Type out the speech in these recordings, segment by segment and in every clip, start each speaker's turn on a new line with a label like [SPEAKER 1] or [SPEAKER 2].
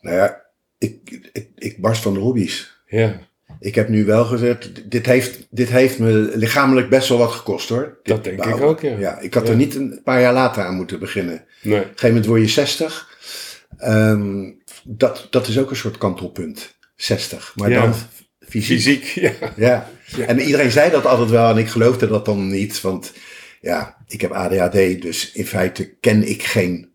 [SPEAKER 1] Nou ja, ik, ik, ik barst van de hobby's.
[SPEAKER 2] Ja,
[SPEAKER 1] Ik heb nu wel gezegd, dit heeft, dit heeft me lichamelijk best wel wat gekost hoor. Dit
[SPEAKER 2] Dat denk ik
[SPEAKER 1] bouwen.
[SPEAKER 2] ook, ja.
[SPEAKER 1] ik had
[SPEAKER 2] Ja.
[SPEAKER 1] er niet een paar jaar later aan moeten beginnen. Op een
[SPEAKER 2] nee.
[SPEAKER 1] gegeven moment word je 60. Ehm, dat, dat is ook een soort kantelpunt. 60. Maar
[SPEAKER 2] Ja.
[SPEAKER 1] dan fysiek.
[SPEAKER 2] Fysiek, ja.
[SPEAKER 1] Ja. en iedereen zei dat altijd wel en ik geloofde dat dan niet, want ja, ik heb ADHD, dus in feite ken ik geen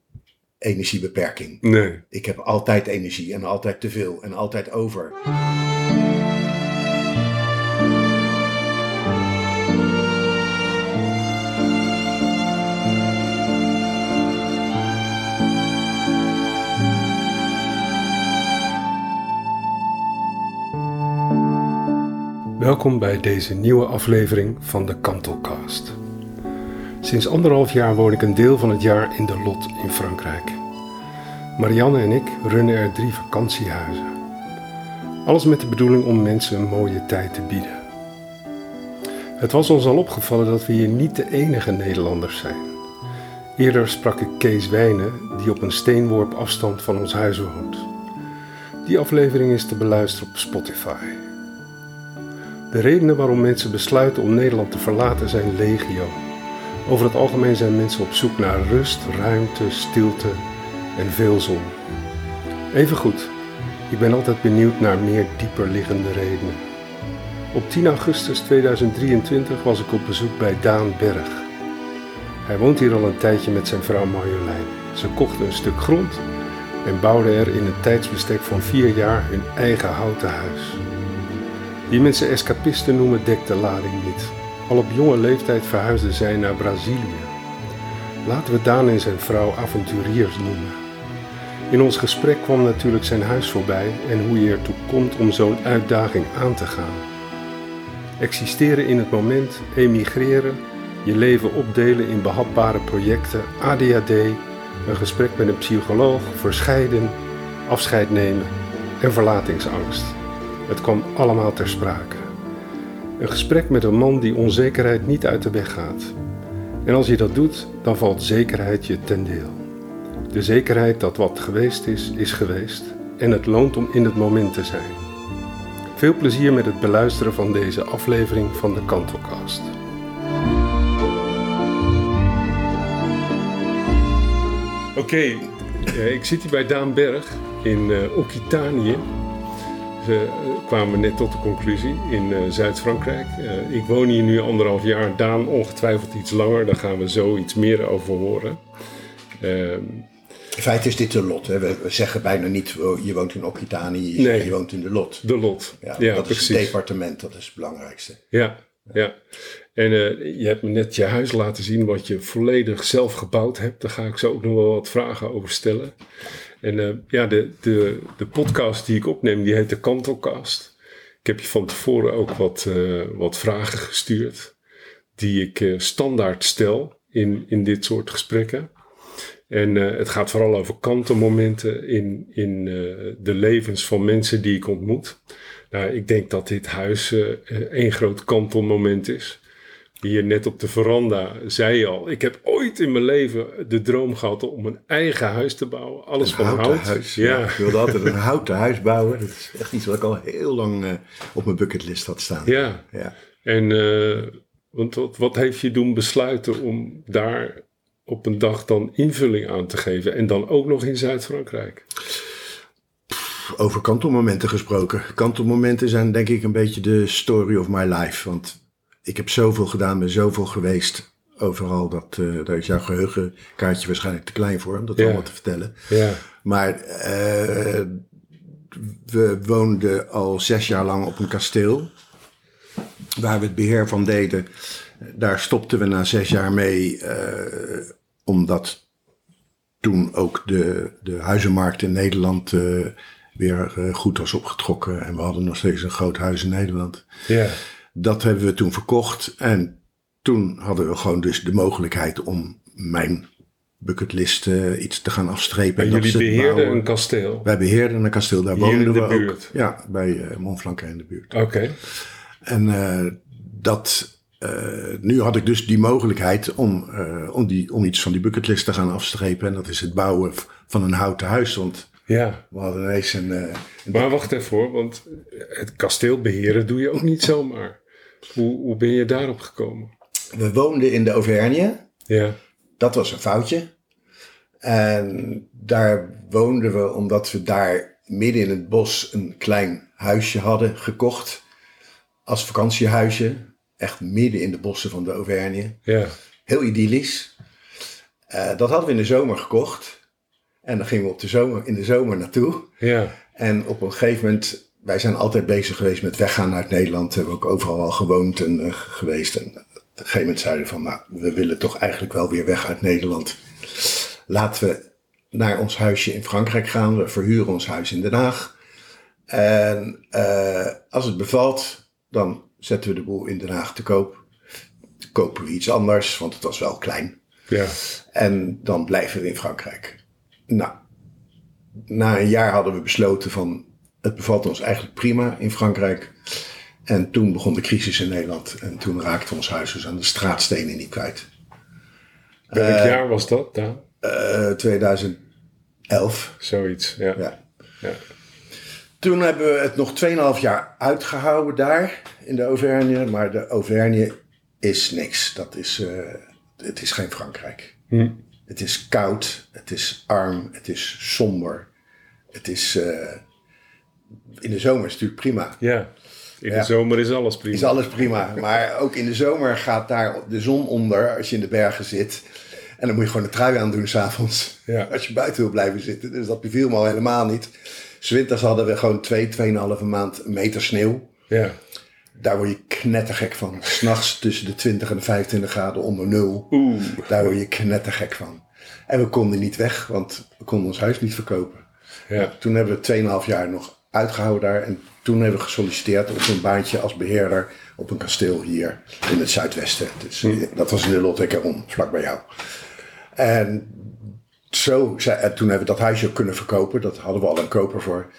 [SPEAKER 1] energiebeperking.
[SPEAKER 2] Nee.
[SPEAKER 1] Ik heb altijd energie en altijd te veel en altijd over.
[SPEAKER 2] Welkom bij deze nieuwe aflevering van de Kantelcast. Sinds anderhalf jaar woon ik een deel van het jaar in de Lot in Frankrijk. Marianne en ik runnen er drie vakantiehuizen. Alles met de bedoeling om mensen een mooie tijd te bieden. Het was ons al opgevallen dat we hier niet de enige Nederlanders zijn. Eerder sprak ik Kees Wijnen, die op een steenworp afstand van ons huis woont. Die aflevering is te beluisteren op Spotify. De redenen waarom mensen besluiten om Nederland te verlaten zijn legio. Over het algemeen zijn mensen op zoek naar rust, ruimte, stilte en veel zon. Evengoed, ik ben altijd benieuwd naar meer dieperliggende redenen. Op 10 augustus 2023 was ik op bezoek bij Daan Berg. Hij woont hier al een tijdje met zijn vrouw Marjolein. Ze kochten een stuk grond en bouwden er in een tijdsbestek van vier jaar hun eigen houten huis. Die mensen escapisten noemen dekt de lading niet. Al op jonge leeftijd verhuisden zij naar Brazilië. Laten we Daan en zijn vrouw avonturiers noemen. In ons gesprek kwam natuurlijk zijn huis voorbij en hoe je ertoe komt om zo'n uitdaging aan te gaan. Existeren in het moment, emigreren, je leven opdelen in behapbare projecten, ADHD, een gesprek met een psycholoog, verscheiden, afscheid nemen en verlatingsangst. Het kwam allemaal ter sprake. Een gesprek met een man die onzekerheid niet uit de weg gaat. En als je dat doet, dan valt zekerheid je ten deel. De zekerheid dat wat geweest is, is geweest en het loont om in het moment te zijn. Veel plezier met het beluisteren van deze aflevering van de Kantelkast. Oké, eh, ik zit hier bij Daan Berg in eh Occitanië. We eh, kwamen net tot de conclusie in eh, Zuid-Frankrijk. Eh, ik woon hier nu anderhalf jaar, Daan ongetwijfeld iets langer. Daar gaan we zo iets meer over horen. Ehm,
[SPEAKER 1] In feite is dit de lot. Hè? We, we zeggen bijna niet, wo- je woont in Occitanië, je,
[SPEAKER 2] Nee.
[SPEAKER 1] je woont in de lot.
[SPEAKER 2] de lot.
[SPEAKER 1] Ja, dat is het departement, dat is het belangrijkste.
[SPEAKER 2] Ja, ja. En eh, je hebt me net je huis laten zien, wat je volledig zelf gebouwd hebt. Daar ga ik zo ook nog wel wat vragen over stellen. En eh, ja, de, de, de podcast die ik opneem, die heet de Kantelcast. Ik heb je van tevoren ook wat, eh, wat vragen gestuurd, die ik eh, standaard stel in, in dit soort gesprekken. En eh, het gaat vooral over kantelmomenten in, in eh, de levens van mensen die ik ontmoet. Nou, ik denk dat dit huis eh, eh, één groot kantelmoment is. Hier net op de veranda zei je al, ik heb ooit in mijn leven de droom gehad om een eigen huis te bouwen. Alles
[SPEAKER 1] Een
[SPEAKER 2] van
[SPEAKER 1] houten
[SPEAKER 2] hout.
[SPEAKER 1] huis.
[SPEAKER 2] Ja.
[SPEAKER 1] Ik wilde altijd een houten huis bouwen. Dat is echt iets wat ik al heel lang eh, op mijn bucketlist had staan.
[SPEAKER 2] ja.
[SPEAKER 1] Ja.
[SPEAKER 2] En eh, want wat, wat heeft je doen besluiten om daar op een dag dan invulling aan te geven? En dan ook nog in Zuid-Frankrijk.
[SPEAKER 1] Over kantelmomenten gesproken. Kantelmomenten zijn denk ik een beetje de story of my life. Want ik heb zoveel gedaan, ben zoveel geweest. Overal, dat, eh, daar is jouw geheugenkaartje waarschijnlijk te klein voor om dat
[SPEAKER 2] Ja.
[SPEAKER 1] allemaal te vertellen.
[SPEAKER 2] Ja,
[SPEAKER 1] Maar eh, we woonden al zes jaar lang op een kasteel. Waar we het beheer van deden. Daar stopten we na zes jaar mee. eh, omdat toen ook de, de huizenmarkt in Nederland eh, weer eh, goed was opgetrokken. En we hadden nog steeds een groot huis in Nederland.
[SPEAKER 2] ja,
[SPEAKER 1] Dat hebben we toen verkocht. En toen hadden we gewoon dus de mogelijkheid om mijn bucketlist eh, iets te gaan afstrepen.
[SPEAKER 2] en
[SPEAKER 1] dat
[SPEAKER 2] jullie
[SPEAKER 1] is het
[SPEAKER 2] beheerden
[SPEAKER 1] bouwen.
[SPEAKER 2] een kasteel.
[SPEAKER 1] Wij beheerden een kasteel, daar
[SPEAKER 2] Hier in
[SPEAKER 1] woonden
[SPEAKER 2] de
[SPEAKER 1] we
[SPEAKER 2] buurt?
[SPEAKER 1] ook. Ja, bij eh, Montflanken in de buurt.
[SPEAKER 2] Oké,
[SPEAKER 1] En eh, dat, eh, nu had ik dus die mogelijkheid om, eh, om, die, om iets van die bucketlist te gaan afstrepen. En dat is het bouwen v- van een houten huis. Want
[SPEAKER 2] Ja.
[SPEAKER 1] We hadden ineens een... eh, een-
[SPEAKER 2] Maar wacht even hoor, want het kasteel beheren doe je ook niet zomaar. Hoe, hoe ben je daarop gekomen?
[SPEAKER 1] we woonden in de Auvergne.
[SPEAKER 2] Ja,
[SPEAKER 1] Dat was een foutje. En daar woonden we omdat we daar midden in het bos een klein huisje hadden gekocht. Als vakantiehuisje. Echt midden in de bossen van de Auvergne.
[SPEAKER 2] ja,
[SPEAKER 1] Heel idyllisch. Eh, dat hadden we in de zomer gekocht. En dan gingen we op de zomer, in de zomer naartoe.
[SPEAKER 2] ja,
[SPEAKER 1] En op een gegeven moment, wij zijn altijd bezig geweest met weggaan uit Nederland. Hebben we ook overal al gewoond en eh, geweest. En op een gegeven moment zeiden we van, nou, we willen toch eigenlijk wel weer weg uit Nederland. Laten we naar ons huisje in Frankrijk gaan. We verhuren ons huis in Den Haag. En eh, als het bevalt, dan zetten we de boel in Den Haag te koop. Kopen we iets anders, want het was wel klein.
[SPEAKER 2] ja,
[SPEAKER 1] En dan blijven we in Frankrijk. Nou, na een jaar hadden we besloten van... het bevalt ons eigenlijk prima in Frankrijk. En toen begon de crisis in Nederland. En toen raakten we ons huis dus aan de straatstenen niet kwijt.
[SPEAKER 2] Welk jaar was dat dan?
[SPEAKER 1] Eh, 2011.
[SPEAKER 2] Zoiets, ja. ja.
[SPEAKER 1] Ja. Toen hebben we het nog 2,5 jaar uitgehouden daar in de Auvergne. Maar de Auvergne is niks. Dat is, eh, het is geen Frankrijk. Het is koud, het is arm, het is somber. Het is. eh, in de zomer is het natuurlijk prima.
[SPEAKER 2] Ja. In de
[SPEAKER 1] Ja.
[SPEAKER 2] zomer is alles prima.
[SPEAKER 1] Is alles prima. Maar ook in de zomer gaat daar de zon onder als je in de bergen zit. En dan moet je gewoon een trui aan doen s'avonds.
[SPEAKER 2] Ja.
[SPEAKER 1] Als je buiten wil blijven zitten. Dus dat beviel me al helemaal niet. Zwinters hadden we gewoon twee, tweeënhalve maand een meter sneeuw.
[SPEAKER 2] Ja.
[SPEAKER 1] Daar word je knettergek van. S'nachts tussen de 20 en de 25 graden onder nul.
[SPEAKER 2] Oeh.
[SPEAKER 1] Daar word je knettergek van. En we konden niet weg, want we konden ons huis niet verkopen.
[SPEAKER 2] Ja.
[SPEAKER 1] Toen hebben we 2,5 jaar nog uitgehouden daar. En toen hebben we gesolliciteerd op een baantje als beheerder op een kasteel hier in het zuidwesten. Dus
[SPEAKER 2] Hm.
[SPEAKER 1] dat was in de Lottekerom, vlak bij jou. En zo, zei- en toen hebben we dat huisje ook kunnen verkopen. Dat hadden we al een koper voor.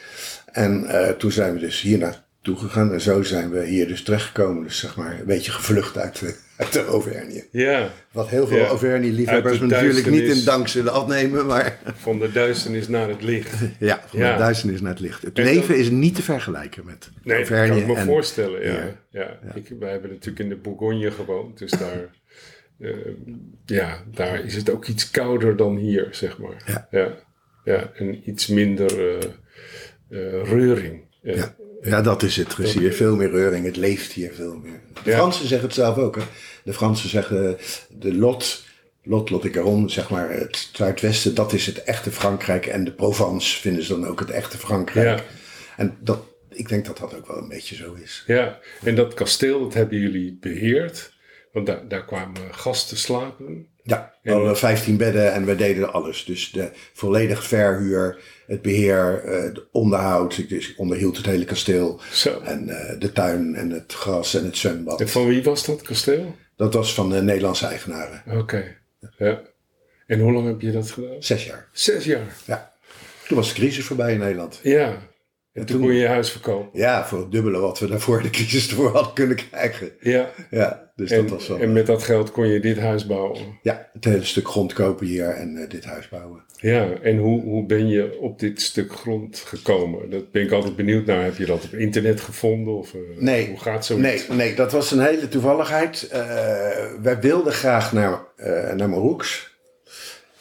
[SPEAKER 1] En eh, toen zijn we dus hier naartoe gegaan. En zo zijn we hier dus terechtgekomen. Dus zeg maar een beetje gevlucht uit de, uit de Auvergne.
[SPEAKER 2] Ja.
[SPEAKER 1] Wat heel veel
[SPEAKER 2] Ja.
[SPEAKER 1] Auvergne-liefhebbers
[SPEAKER 2] Uit de
[SPEAKER 1] me natuurlijk niet
[SPEAKER 2] duisternis.
[SPEAKER 1] in dank zullen afnemen. Maar
[SPEAKER 2] Van de duisternis naar het licht.
[SPEAKER 1] ja, van
[SPEAKER 2] Ja.
[SPEAKER 1] de duisternis naar het licht. Het
[SPEAKER 2] En
[SPEAKER 1] leven
[SPEAKER 2] dan-
[SPEAKER 1] is niet te vergelijken met
[SPEAKER 2] Nee, dat kan ik me
[SPEAKER 1] en-
[SPEAKER 2] voorstellen. Ja. Ja.
[SPEAKER 1] Ja.
[SPEAKER 2] Ik, wij hebben natuurlijk in de Bourgogne gewoond, dus daar, eh, ja, daar is het ook iets kouder dan hier, zeg maar.
[SPEAKER 1] Ja.
[SPEAKER 2] ja, Ja, en iets minder eh, eh, reuring. Ja.
[SPEAKER 1] Ja. ja, dat is het. Er is hier veel meer reuring. Het leeft hier veel meer. De
[SPEAKER 2] Ja.
[SPEAKER 1] Fransen zeggen het zelf ook. Hè? De Fransen zeggen eh, de Lot, Lot, Lot ik erom, zeg maar het zuidwesten, dat is het echte Frankrijk. En de Provence vinden ze dan ook het echte Frankrijk.
[SPEAKER 2] Ja.
[SPEAKER 1] En dat, ik denk dat dat ook wel een beetje zo is.
[SPEAKER 2] Ja, en dat kasteel, dat hebben jullie beheerd. Want daar, daar kwamen gasten slapen.
[SPEAKER 1] Ja, we hadden 15 bedden en we deden alles. Dus de volledig verhuur, het beheer, eh, het onderhoud. Ik dus onderhield het hele kasteel.
[SPEAKER 2] Zo.
[SPEAKER 1] En eh, de tuin en het gras en het zwembad.
[SPEAKER 2] En van wie was dat kasteel?
[SPEAKER 1] Dat was van de Nederlandse eigenaren.
[SPEAKER 2] Oké, ja. En hoe lang heb je dat gedaan?
[SPEAKER 1] Zes jaar.
[SPEAKER 2] Zes jaar.
[SPEAKER 1] Ja. Toen was de crisis voorbij in Nederland.
[SPEAKER 2] Ja. En, toen
[SPEAKER 1] toen-
[SPEAKER 2] kon je je huis verkopen.
[SPEAKER 1] Ja, voor het dubbele wat we daarvoor de crisis ervoor hadden kunnen krijgen.
[SPEAKER 2] Ja.
[SPEAKER 1] Ja, dus
[SPEAKER 2] En,
[SPEAKER 1] dat was wel...
[SPEAKER 2] en met dat geld kon je dit huis bouwen.
[SPEAKER 1] ja, het hele stuk grond kopen hier en eh, dit huis bouwen.
[SPEAKER 2] Ja, en hoe, hoe ben je op dit stuk grond gekomen? Dat ben ik altijd benieuwd naar. Heb je dat op internet gevonden? Of, eh,
[SPEAKER 1] Nee.
[SPEAKER 2] Hoe gaat
[SPEAKER 1] Nee,
[SPEAKER 2] zoiets?
[SPEAKER 1] nee, dat was een hele toevalligheid. Eh, wij wilden graag naar, eh naar Marokks.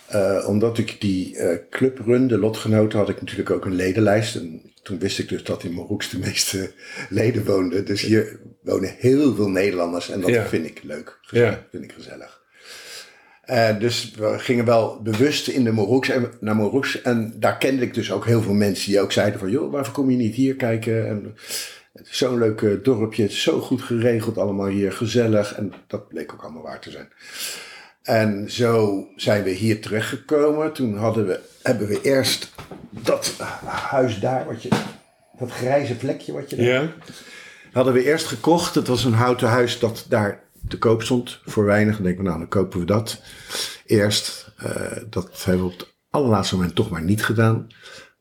[SPEAKER 1] Eh, omdat ik die eh, club run, de lotgenoten, had ik natuurlijk ook een ledenlijst. En toen wist ik dus dat in Marokks de meeste leden woonden. Dus hier wonen heel veel Nederlanders en dat
[SPEAKER 2] Ja.
[SPEAKER 1] vind ik leuk.
[SPEAKER 2] Ja.
[SPEAKER 1] vind ik gezellig. Eh, dus we gingen wel bewust in de Moroeks en naar Moroeks. En daar kende ik dus ook heel veel mensen die ook zeiden van... joh, waarvoor kom je niet hier kijken? En het is zo'n leuk eh, dorpje, het is zo goed geregeld allemaal hier, gezellig. En dat bleek ook allemaal waar te zijn. En zo zijn we hier terechtgekomen. Toen hadden we, hebben we eerst dat huis daar, wat je, dat grijze vlekje wat je daar
[SPEAKER 2] Ja?
[SPEAKER 1] hadden we eerst gekocht. Het was een houten huis dat daar te koop stond voor weinig. Dan denken we, nou, dan kopen we dat eerst. Eh, dat hebben we op het allerlaatste moment toch maar niet gedaan.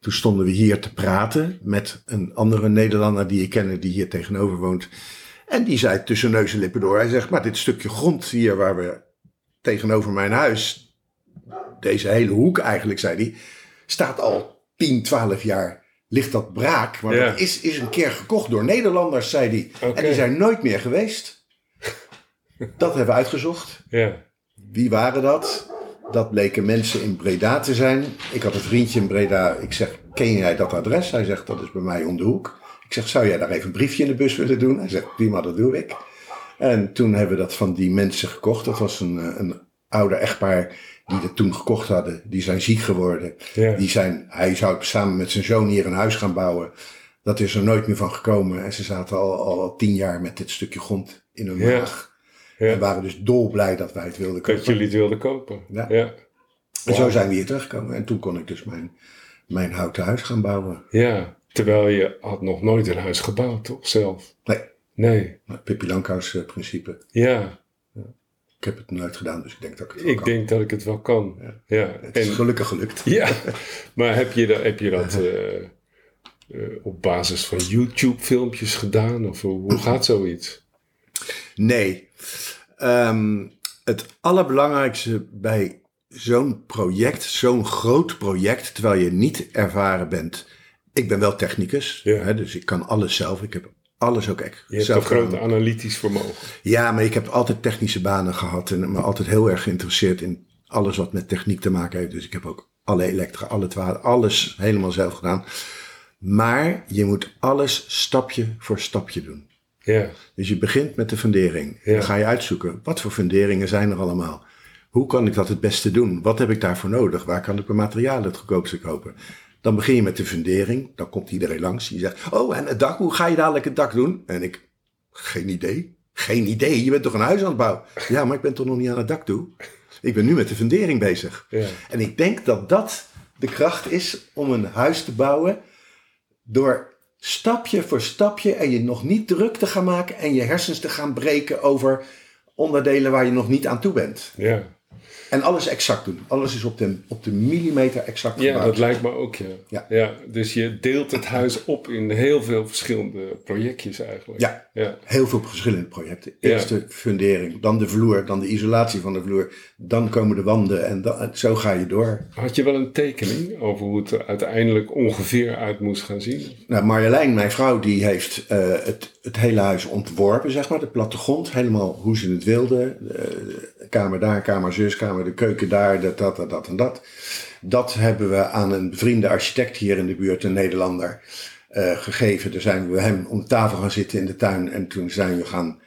[SPEAKER 1] Toen stonden we hier te praten met een andere Nederlander die ik kende, die hier tegenover woont. En die zei tussen neus en lippen door, hij zegt, maar dit stukje grond hier waar we tegenover mijn huis, deze hele hoek eigenlijk, zei hij, staat al 10, 12 jaar ligt dat braak. Maar
[SPEAKER 2] Ja.
[SPEAKER 1] dat is, is een keer gekocht door Nederlanders, zei hij.
[SPEAKER 2] Oké.
[SPEAKER 1] En die zijn nooit meer geweest. dat hebben we uitgezocht.
[SPEAKER 2] Ja.
[SPEAKER 1] Wie waren dat? Dat bleken mensen in Breda te zijn. Ik had een vriendje in Breda. Ik zeg, ken jij dat adres? Hij zegt, dat is bij mij om de hoek. Ik zeg, zou jij daar even een briefje in de bus willen doen? Hij zegt, prima, dat doe ik. En toen hebben we dat van die mensen gekocht. Dat was een, eh, een ouder echtpaar die dat toen gekocht hadden. Die zijn ziek geworden.
[SPEAKER 2] Ja.
[SPEAKER 1] Die zijn, hij zou samen met zijn zoon hier een huis gaan bouwen. Dat is er nooit meer van gekomen. En ze zaten al, al, al tien jaar met dit stukje grond in hun
[SPEAKER 2] Ja.
[SPEAKER 1] maag.
[SPEAKER 2] Ja.
[SPEAKER 1] En waren dus dolblij dat wij het wilden kopen.
[SPEAKER 2] Dat jullie het wilden kopen.
[SPEAKER 1] Ja.
[SPEAKER 2] Ja.
[SPEAKER 1] En zo zijn we hier teruggekomen. En toen kon ik dus mijn, mijn houten huis gaan bouwen.
[SPEAKER 2] Ja. Terwijl je had nog nooit een huis gebouwd, toch? Zelf.
[SPEAKER 1] Nee,
[SPEAKER 2] Nee.
[SPEAKER 1] maar Nou, Pippi Lankhuis eh, principe.
[SPEAKER 2] Ja.
[SPEAKER 1] Ik heb het nooit gedaan, dus ik denk dat ik het wel
[SPEAKER 2] Ik
[SPEAKER 1] kan.
[SPEAKER 2] denk dat ik het wel kan.
[SPEAKER 1] Ja.
[SPEAKER 2] Ja.
[SPEAKER 1] Het is
[SPEAKER 2] En,
[SPEAKER 1] gelukkig gelukt.
[SPEAKER 2] ja. Maar heb je dat, heb je dat eh, eh, op basis van YouTube-filmpjes gedaan? Of hoe, hoe gaat zoiets?
[SPEAKER 1] Nee. Ehm, het allerbelangrijkste bij zo'n project, zo'n groot project, terwijl je niet ervaren bent. Ik ben wel technicus,
[SPEAKER 2] Ja.
[SPEAKER 1] hè, dus ik kan alles zelf. Ik heb alles ook echt
[SPEAKER 2] Je hebt
[SPEAKER 1] zelf
[SPEAKER 2] een groot
[SPEAKER 1] gedaan.
[SPEAKER 2] analytisch vermogen.
[SPEAKER 1] Ja, maar ik heb altijd technische banen gehad en me altijd heel erg geïnteresseerd in alles wat met techniek te maken heeft. Dus ik heb ook alle elektra, alle twa, alles helemaal zelf gedaan. Maar je moet alles stapje voor stapje doen.
[SPEAKER 2] Ja.
[SPEAKER 1] Dus je begint met de fundering.
[SPEAKER 2] Ja.
[SPEAKER 1] Dan ga je uitzoeken, wat voor funderingen zijn er allemaal? Hoe kan ik dat het beste doen? Wat heb ik daarvoor nodig? Waar kan ik mijn materialen het goedkoopste kopen? Dan begin je met de fundering. Dan komt iedereen langs. Die zegt, oh en het dak, hoe ga je dadelijk het dak doen? En ik, geen idee. Geen idee, je bent toch een huis aan het bouwen? Ja, maar ik ben toch nog niet aan het dak toe? Ik ben nu met de fundering bezig.
[SPEAKER 2] Ja.
[SPEAKER 1] En ik denk dat dat de kracht is om een huis te bouwen. Door stapje voor stapje en je nog niet druk te gaan maken en je hersens te gaan breken over onderdelen waar je nog niet aan toe bent.
[SPEAKER 2] Ja.
[SPEAKER 1] En alles exact doen. Alles is op de, op de millimeter exact
[SPEAKER 2] Ja,
[SPEAKER 1] gebouwd.
[SPEAKER 2] dat lijkt me ook, ja.
[SPEAKER 1] Ja.
[SPEAKER 2] Dus je deelt het huis op in heel veel verschillende projectjes eigenlijk.
[SPEAKER 1] Ja.
[SPEAKER 2] Ja.
[SPEAKER 1] Heel veel verschillende projecten.
[SPEAKER 2] Ja.
[SPEAKER 1] Eerst de fundering, dan de vloer, dan de isolatie van de vloer. Dan komen de wanden en dan, zo ga je door.
[SPEAKER 2] Had je wel een tekening over hoe het er uiteindelijk ongeveer uit moest gaan zien?
[SPEAKER 1] Nou, Marjolein, mijn vrouw, die heeft eh, het, het hele huis ontworpen, zeg maar. De plattegrond, helemaal hoe ze het wilde. Eh, kamer daar, kamer zus, kamer de keuken daar, dat, dat, dat, dat en dat. Dat hebben we aan een bevriende architect hier in de buurt, een Nederlander, eh, gegeven. Daar zijn we hem om tafel gaan zitten in de tuin en toen zijn we gaan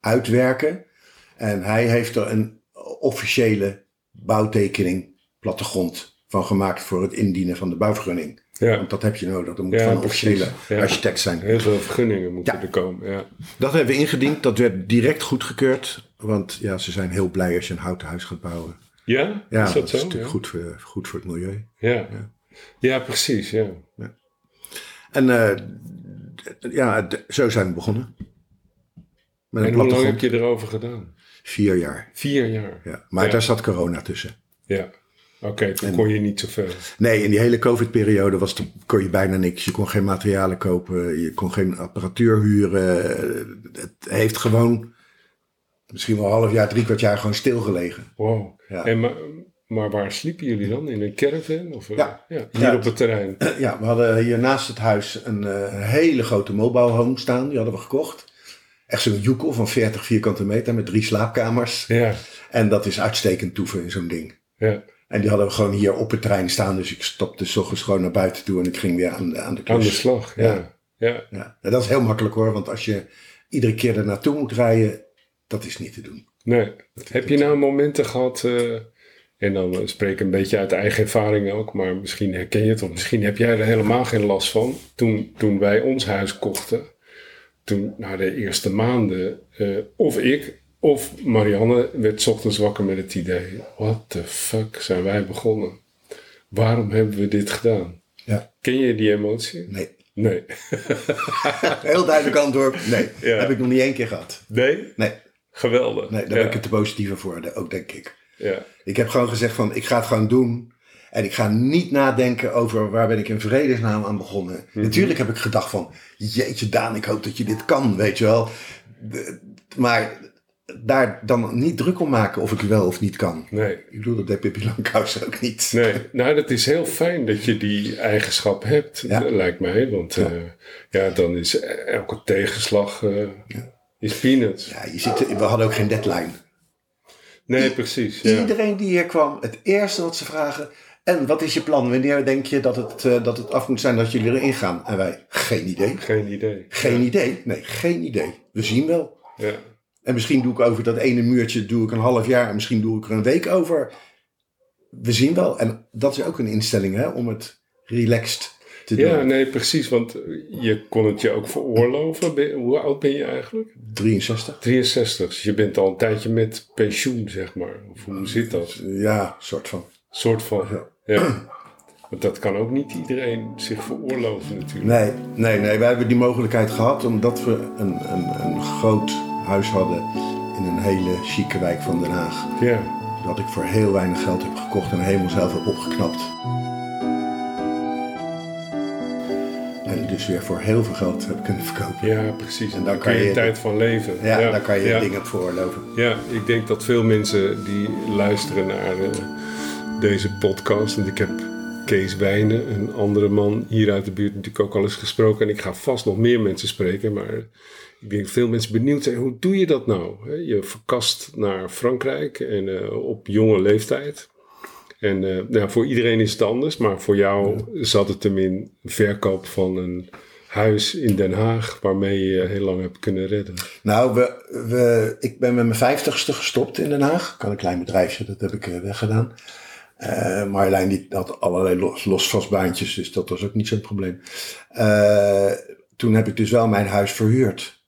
[SPEAKER 1] uitwerken. En hij heeft er een officiële bouwtekening, plattegrond, van gemaakt voor het indienen van de bouwvergunning.
[SPEAKER 2] Ja.
[SPEAKER 1] Want dat heb je nodig. Dat moet
[SPEAKER 2] Ja,
[SPEAKER 1] van een
[SPEAKER 2] precies.
[SPEAKER 1] officiële
[SPEAKER 2] Ja.
[SPEAKER 1] architect zijn.
[SPEAKER 2] Heel veel vergunningen moeten
[SPEAKER 1] Ja.
[SPEAKER 2] er komen. Ja.
[SPEAKER 1] Dat hebben we ingediend. Dat werd direct goedgekeurd. Want ja, ze zijn heel blij als je een houten huis gaat bouwen.
[SPEAKER 2] Ja?
[SPEAKER 1] Ja,
[SPEAKER 2] is dat, zo?
[SPEAKER 1] is natuurlijk
[SPEAKER 2] ja?
[SPEAKER 1] goed, voor, goed voor het milieu.
[SPEAKER 2] Ja. ja. precies. Ja.
[SPEAKER 1] En eh, d- ja, d- zo zijn we begonnen. Met een
[SPEAKER 2] En hoe lang
[SPEAKER 1] plattegrond.
[SPEAKER 2] heb je erover gedaan?
[SPEAKER 1] Vier jaar.
[SPEAKER 2] Vier jaar.
[SPEAKER 1] Ja. Maar
[SPEAKER 2] Ja.
[SPEAKER 1] daar zat corona tussen.
[SPEAKER 2] Ja. Oké, toen kon je niet zoveel.
[SPEAKER 1] Nee, in die hele COVID-periode was de, kon je bijna niks. Je kon geen materialen kopen, je kon geen apparatuur huren. Het heeft gewoon misschien wel een half jaar, drie kwart jaar gewoon stilgelegen.
[SPEAKER 2] Wow.
[SPEAKER 1] Ja.
[SPEAKER 2] En maar, maar waar sliepen jullie dan? In een caravan? Of, eh,
[SPEAKER 1] Ja.
[SPEAKER 2] Hier
[SPEAKER 1] Ja.
[SPEAKER 2] op het terrein.
[SPEAKER 1] Ja, we hadden hier naast het huis een eh, een hele grote mobile home staan. Die hadden we gekocht. Echt zo'n joekel van 40 vierkante meter met drie slaapkamers.
[SPEAKER 2] Ja.
[SPEAKER 1] En dat is uitstekend toeven in zo'n ding.
[SPEAKER 2] Ja.
[SPEAKER 1] En die hadden we gewoon hier op het trein staan. Dus ik stopte s ochtends gewoon naar buiten toe en ik ging weer aan de, aan de
[SPEAKER 2] Aan de
[SPEAKER 1] klus.
[SPEAKER 2] slag. Ja. ja.
[SPEAKER 1] Ja. En dat is heel makkelijk hoor, want als je iedere keer er naartoe moet rijden, dat is niet te doen.
[SPEAKER 2] Nee. Heb je nou momenten gehad, eh, en dan eh, spreek ik een beetje uit eigen ervaring ook, maar misschien herken je het of misschien heb jij er helemaal geen last van. Toen, toen wij ons huis kochten, toen na de eerste maanden, eh, of ik of Marianne werd 's ochtends wakker met het idee, what the fuck zijn wij begonnen? Waarom hebben we dit gedaan?
[SPEAKER 1] Ja.
[SPEAKER 2] Ken je die emotie?
[SPEAKER 1] Nee.
[SPEAKER 2] Nee.
[SPEAKER 1] Heel duidelijk antwoord. Nee.
[SPEAKER 2] Ja.
[SPEAKER 1] Heb ik nog niet één keer gehad.
[SPEAKER 2] Nee?
[SPEAKER 1] Nee.
[SPEAKER 2] Geweldig.
[SPEAKER 1] Nee, daar
[SPEAKER 2] ja.
[SPEAKER 1] ben ik het te positiever voor, de- ook denk ik.
[SPEAKER 2] ja.
[SPEAKER 1] Ik heb gewoon gezegd van, ik ga het gewoon doen. En ik ga niet nadenken over waar ben ik in vredesnaam aan begonnen. Natuurlijk heb ik gedacht van, jeetje Daan, ik hoop dat je dit kan, weet je wel. De- maar daar dan niet druk om maken of ik wel of niet kan.
[SPEAKER 2] Nee.
[SPEAKER 1] Ik bedoel, dat deed Pippi Langkous ook niet.
[SPEAKER 2] Nee, nou dat is heel fijn dat je die eigenschap hebt,
[SPEAKER 1] Ja.
[SPEAKER 2] lijkt mij. Want ja. ja, dan is elke tegenslag eh, is peanuts.
[SPEAKER 1] Ja, je ziet, we hadden ook geen deadline. Dus
[SPEAKER 2] Nee, precies. Ja.
[SPEAKER 1] Iedereen die hier kwam, het eerste wat ze vragen... En wat is je plan? Wanneer denk je dat het, eh, dat het af moet zijn dat jullie erin gaan? En wij, geen idee.
[SPEAKER 2] Geen idee.
[SPEAKER 1] Geen idee. Nee, geen idee. We zien wel.
[SPEAKER 2] Ja.
[SPEAKER 1] En misschien doe ik over dat ene muurtje doe ik een half jaar. En misschien doe ik er een week over. We zien wel. En dat is ook een instelling hè, om het relaxed te doen.
[SPEAKER 2] ja, nee, precies. Want je kon het je ook veroorloven. Ben- hoe oud ben je eigenlijk?
[SPEAKER 1] 63.
[SPEAKER 2] 63. Dus je bent al een tijdje met pensioen, zeg maar. Of hoe zit dat?
[SPEAKER 1] Ja, soort van.
[SPEAKER 2] soort van.
[SPEAKER 1] Ja.
[SPEAKER 2] Ja. Want dat kan ook niet iedereen zich veroorloven natuurlijk.
[SPEAKER 1] Nee, nee, nee. Wij hebben die mogelijkheid gehad omdat we een, een, een groot huis hadden in een hele chique wijk van Den Haag.
[SPEAKER 2] Ja,
[SPEAKER 1] Dat ik voor heel weinig geld heb gekocht en helemaal zelf heb opgeknapt. En dus weer voor heel veel geld heb kunnen verkopen.
[SPEAKER 2] ja, precies.
[SPEAKER 1] En
[SPEAKER 2] En
[SPEAKER 1] daar
[SPEAKER 2] daar
[SPEAKER 1] kan
[SPEAKER 2] kun je,
[SPEAKER 1] je-
[SPEAKER 2] tijd van leven.
[SPEAKER 1] Ja, daar kan je
[SPEAKER 2] ja.
[SPEAKER 1] dingen op voorlopen.
[SPEAKER 2] Ja, ik denk dat veel mensen die luisteren naar eh, deze podcast... want ik heb Kees Wijnen, een andere man hier uit de buurt... natuurlijk ook al eens gesproken. En ik ga vast nog meer mensen spreken. Maar ik denk dat veel mensen benieuwd zijn... hoe doe je dat nou? hè? Je verkast naar Frankrijk en eh, op jonge leeftijd... En eh, nou, voor iedereen is het anders, maar voor jou zat het hem in verkoop van een huis in Den Haag, waarmee je heel lang hebt kunnen redden.
[SPEAKER 1] Nou, we, we, ik ben met mijn vijftigste gestopt in Den Haag. Ik had een klein bedrijfje, dat heb ik eh, weggedaan. Eh Marjolein die had allerlei los, losvastbaantjes, dus dat was ook niet zo'n probleem. Eh, toen heb ik dus wel mijn huis verhuurd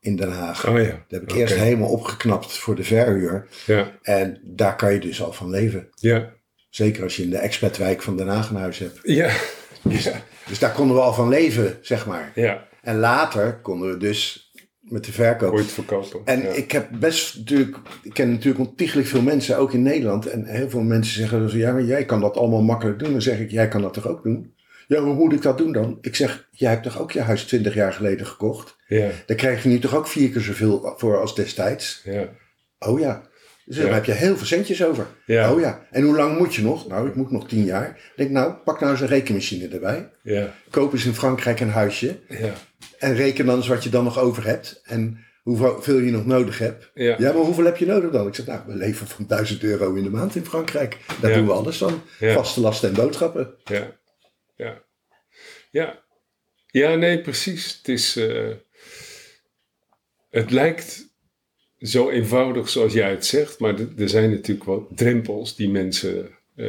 [SPEAKER 1] in Den Haag.
[SPEAKER 2] Oh ja.
[SPEAKER 1] Dat heb ik
[SPEAKER 2] Oké.
[SPEAKER 1] eerst helemaal opgeknapt voor de verhuur.
[SPEAKER 2] Ja,
[SPEAKER 1] En daar kan je dus al van leven.
[SPEAKER 2] ja,
[SPEAKER 1] Zeker als je in de expatwijk van Den Haag een huis hebt.
[SPEAKER 2] ja,
[SPEAKER 1] Dus, dus daar konden we al van leven, zeg maar.
[SPEAKER 2] ja.
[SPEAKER 1] En later konden we dus met de verkoop.
[SPEAKER 2] Ooit verkopen.
[SPEAKER 1] En
[SPEAKER 2] ja.
[SPEAKER 1] ik heb best natuurlijk, ik ken natuurlijk ontiegelijk veel mensen, ook in Nederland. En heel veel mensen zeggen dan zo, ja, maar jij kan dat allemaal makkelijk doen. Dan zeg ik, jij kan dat toch ook doen? Ja, hoe moet ik dat doen dan? Ik zeg, jij hebt toch ook je huis 20 jaar geleden gekocht?
[SPEAKER 2] Ja,
[SPEAKER 1] Daar krijg je nu toch ook vier keer zoveel voor als destijds?
[SPEAKER 2] ja.
[SPEAKER 1] Oh ja. Dus daar
[SPEAKER 2] Ja.
[SPEAKER 1] heb je heel veel centjes over.
[SPEAKER 2] Ja.
[SPEAKER 1] Oh ja. En hoe lang moet je nog? Nou, ik moet nog 10 jaar. Ik denk, nou, pak nou eens een rekenmachine erbij.
[SPEAKER 2] Ja,
[SPEAKER 1] Koop eens in Frankrijk een huisje.
[SPEAKER 2] ja,
[SPEAKER 1] En reken dan eens wat je dan nog over hebt. En hoeveel je nog nodig hebt.
[SPEAKER 2] Ja.
[SPEAKER 1] maar hoeveel heb je nodig dan? Ik zeg, nou, we leven van 1000 euro in de maand in Frankrijk. Daar
[SPEAKER 2] Ja.
[SPEAKER 1] doen we alles van.
[SPEAKER 2] Ja.
[SPEAKER 1] Vaste lasten en boodschappen.
[SPEAKER 2] ja, ja, ja. Ja, nee, precies. Het is, eh, het lijkt zo eenvoudig zoals jij het zegt, maar d- er zijn natuurlijk wat drempels die mensen eh,